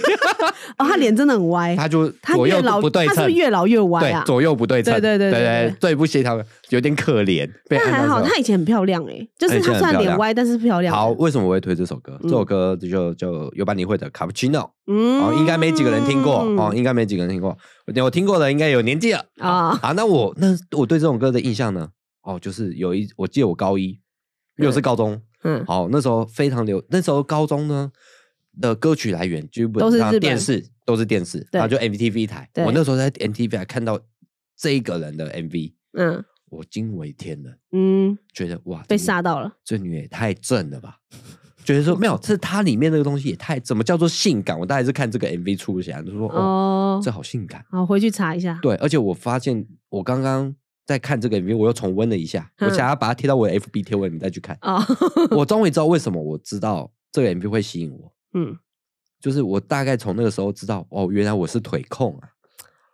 B: 哦，他脸真的
A: *laughs*
B: 很歪，
A: 她就
B: 他
A: 左
B: 越
A: 右
B: 老，
A: 不对
B: 他是
A: 称
B: 不是，越老越歪
A: 对
B: 啊？
A: 左右不对称，
B: 对对对
A: 对
B: 对对
A: 最不协调，有点可怜。被
B: 但
A: 按
B: 还
A: 到
B: 好，
A: 之后
B: 她以前很漂亮哎，就
A: 她
B: 是
A: 以前很
B: 她虽然
A: 漂
B: 脸
A: 亮
B: 歪，但是漂亮的。
A: 好，为什么我会推这首歌？这首歌就就就有版你会的《卡布奇诺》，
B: 嗯
A: 哦，应该没几个人听过哦，应该没几个人听过。我听过的应该有年纪了啊
B: 啊
A: 啊。那我那我对这种歌的印象呢？哦，就是有一，我记得我高一，又是高中，
B: 嗯，
A: 好，那时候非常流，那时候高中呢的歌曲来源基
B: 都
A: 本
B: 是
A: 上
B: 日本
A: 电视都是电视，
B: 对
A: 然后就 MTV 台。
B: 对
A: 我那时候在 MTV 还看到这一个人的 MV，
B: 嗯
A: 我惊为天人，
B: 嗯，
A: 觉得哇，
B: 被
A: 这女
B: 杀到了，
A: 这女也太正了吧！觉得说没有，这它里面那个东西也太怎么叫做性感？我大概是看这个 MV 出想，就说哦，
B: 哦
A: 这，好性感。
B: 好，回去查一下。
A: 对，而且我发现我刚刚在看这个 MV，我又重温了一下，我
B: 嗯
A: 想要把它贴到我的 FB 贴文，你再去看。
B: 哦， *laughs*
A: 我终于知道为什么我知道这个 MV 会吸引我，
B: 嗯，
A: 就是我大概从那个时候知道，哦，原来我是腿控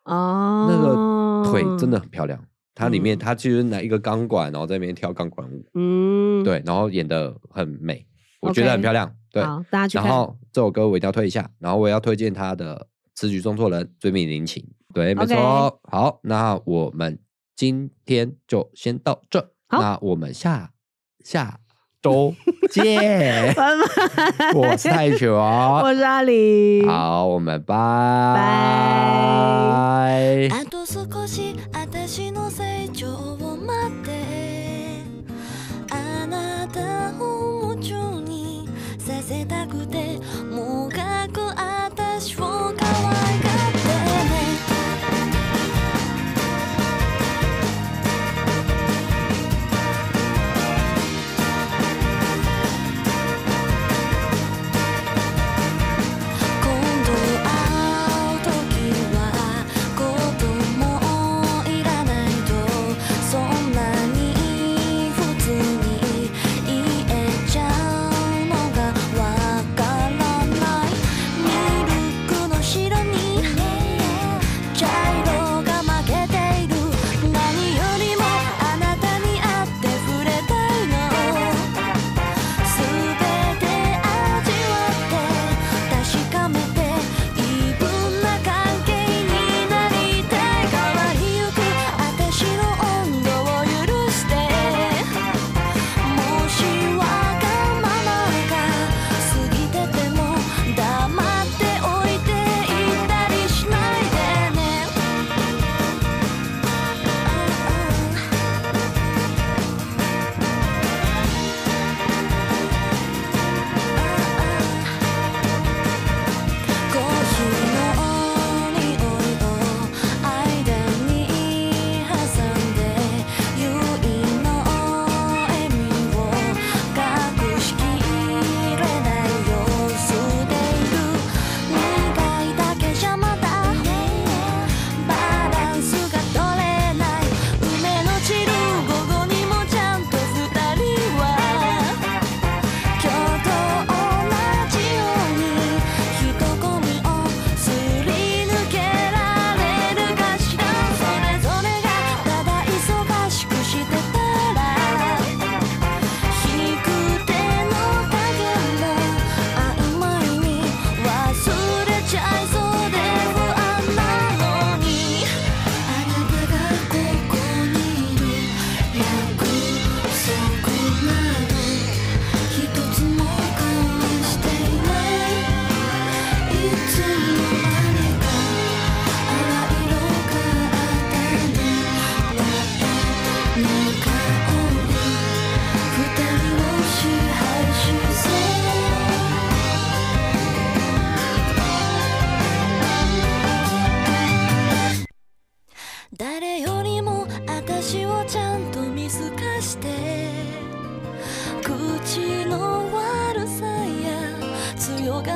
A: 啊，
B: 哦，
A: 那个腿真的，很漂亮。它里面
B: 嗯
A: 它就是拿一个钢管，然后在那边跳钢管舞，
B: 嗯，，
A: 对，然后演的很美，我觉得很
B: OK
A: 漂亮。对，
B: 好，大家去
A: 然
B: 看。
A: 后这首歌我一定要推一下，然后我也要推荐他的《此曲中错人》《追命林檎》。对，没
B: OK
A: 错。好，那我们今天就先到这，
B: 好
A: 那我们下
B: *laughs*
A: 下周见。
B: 拜拜，
A: 我是
B: *laughs*
A: 泰球，
B: 我是阿里，
A: 好，我们拜
B: 拜
A: 拜
C: あと少し私の成長を待ってあなたを夢中にさせたくてもうかく私を可愛がってね今度会う時は子供いらないとそんなに普通に言えちゃうのがわか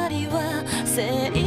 C: 正義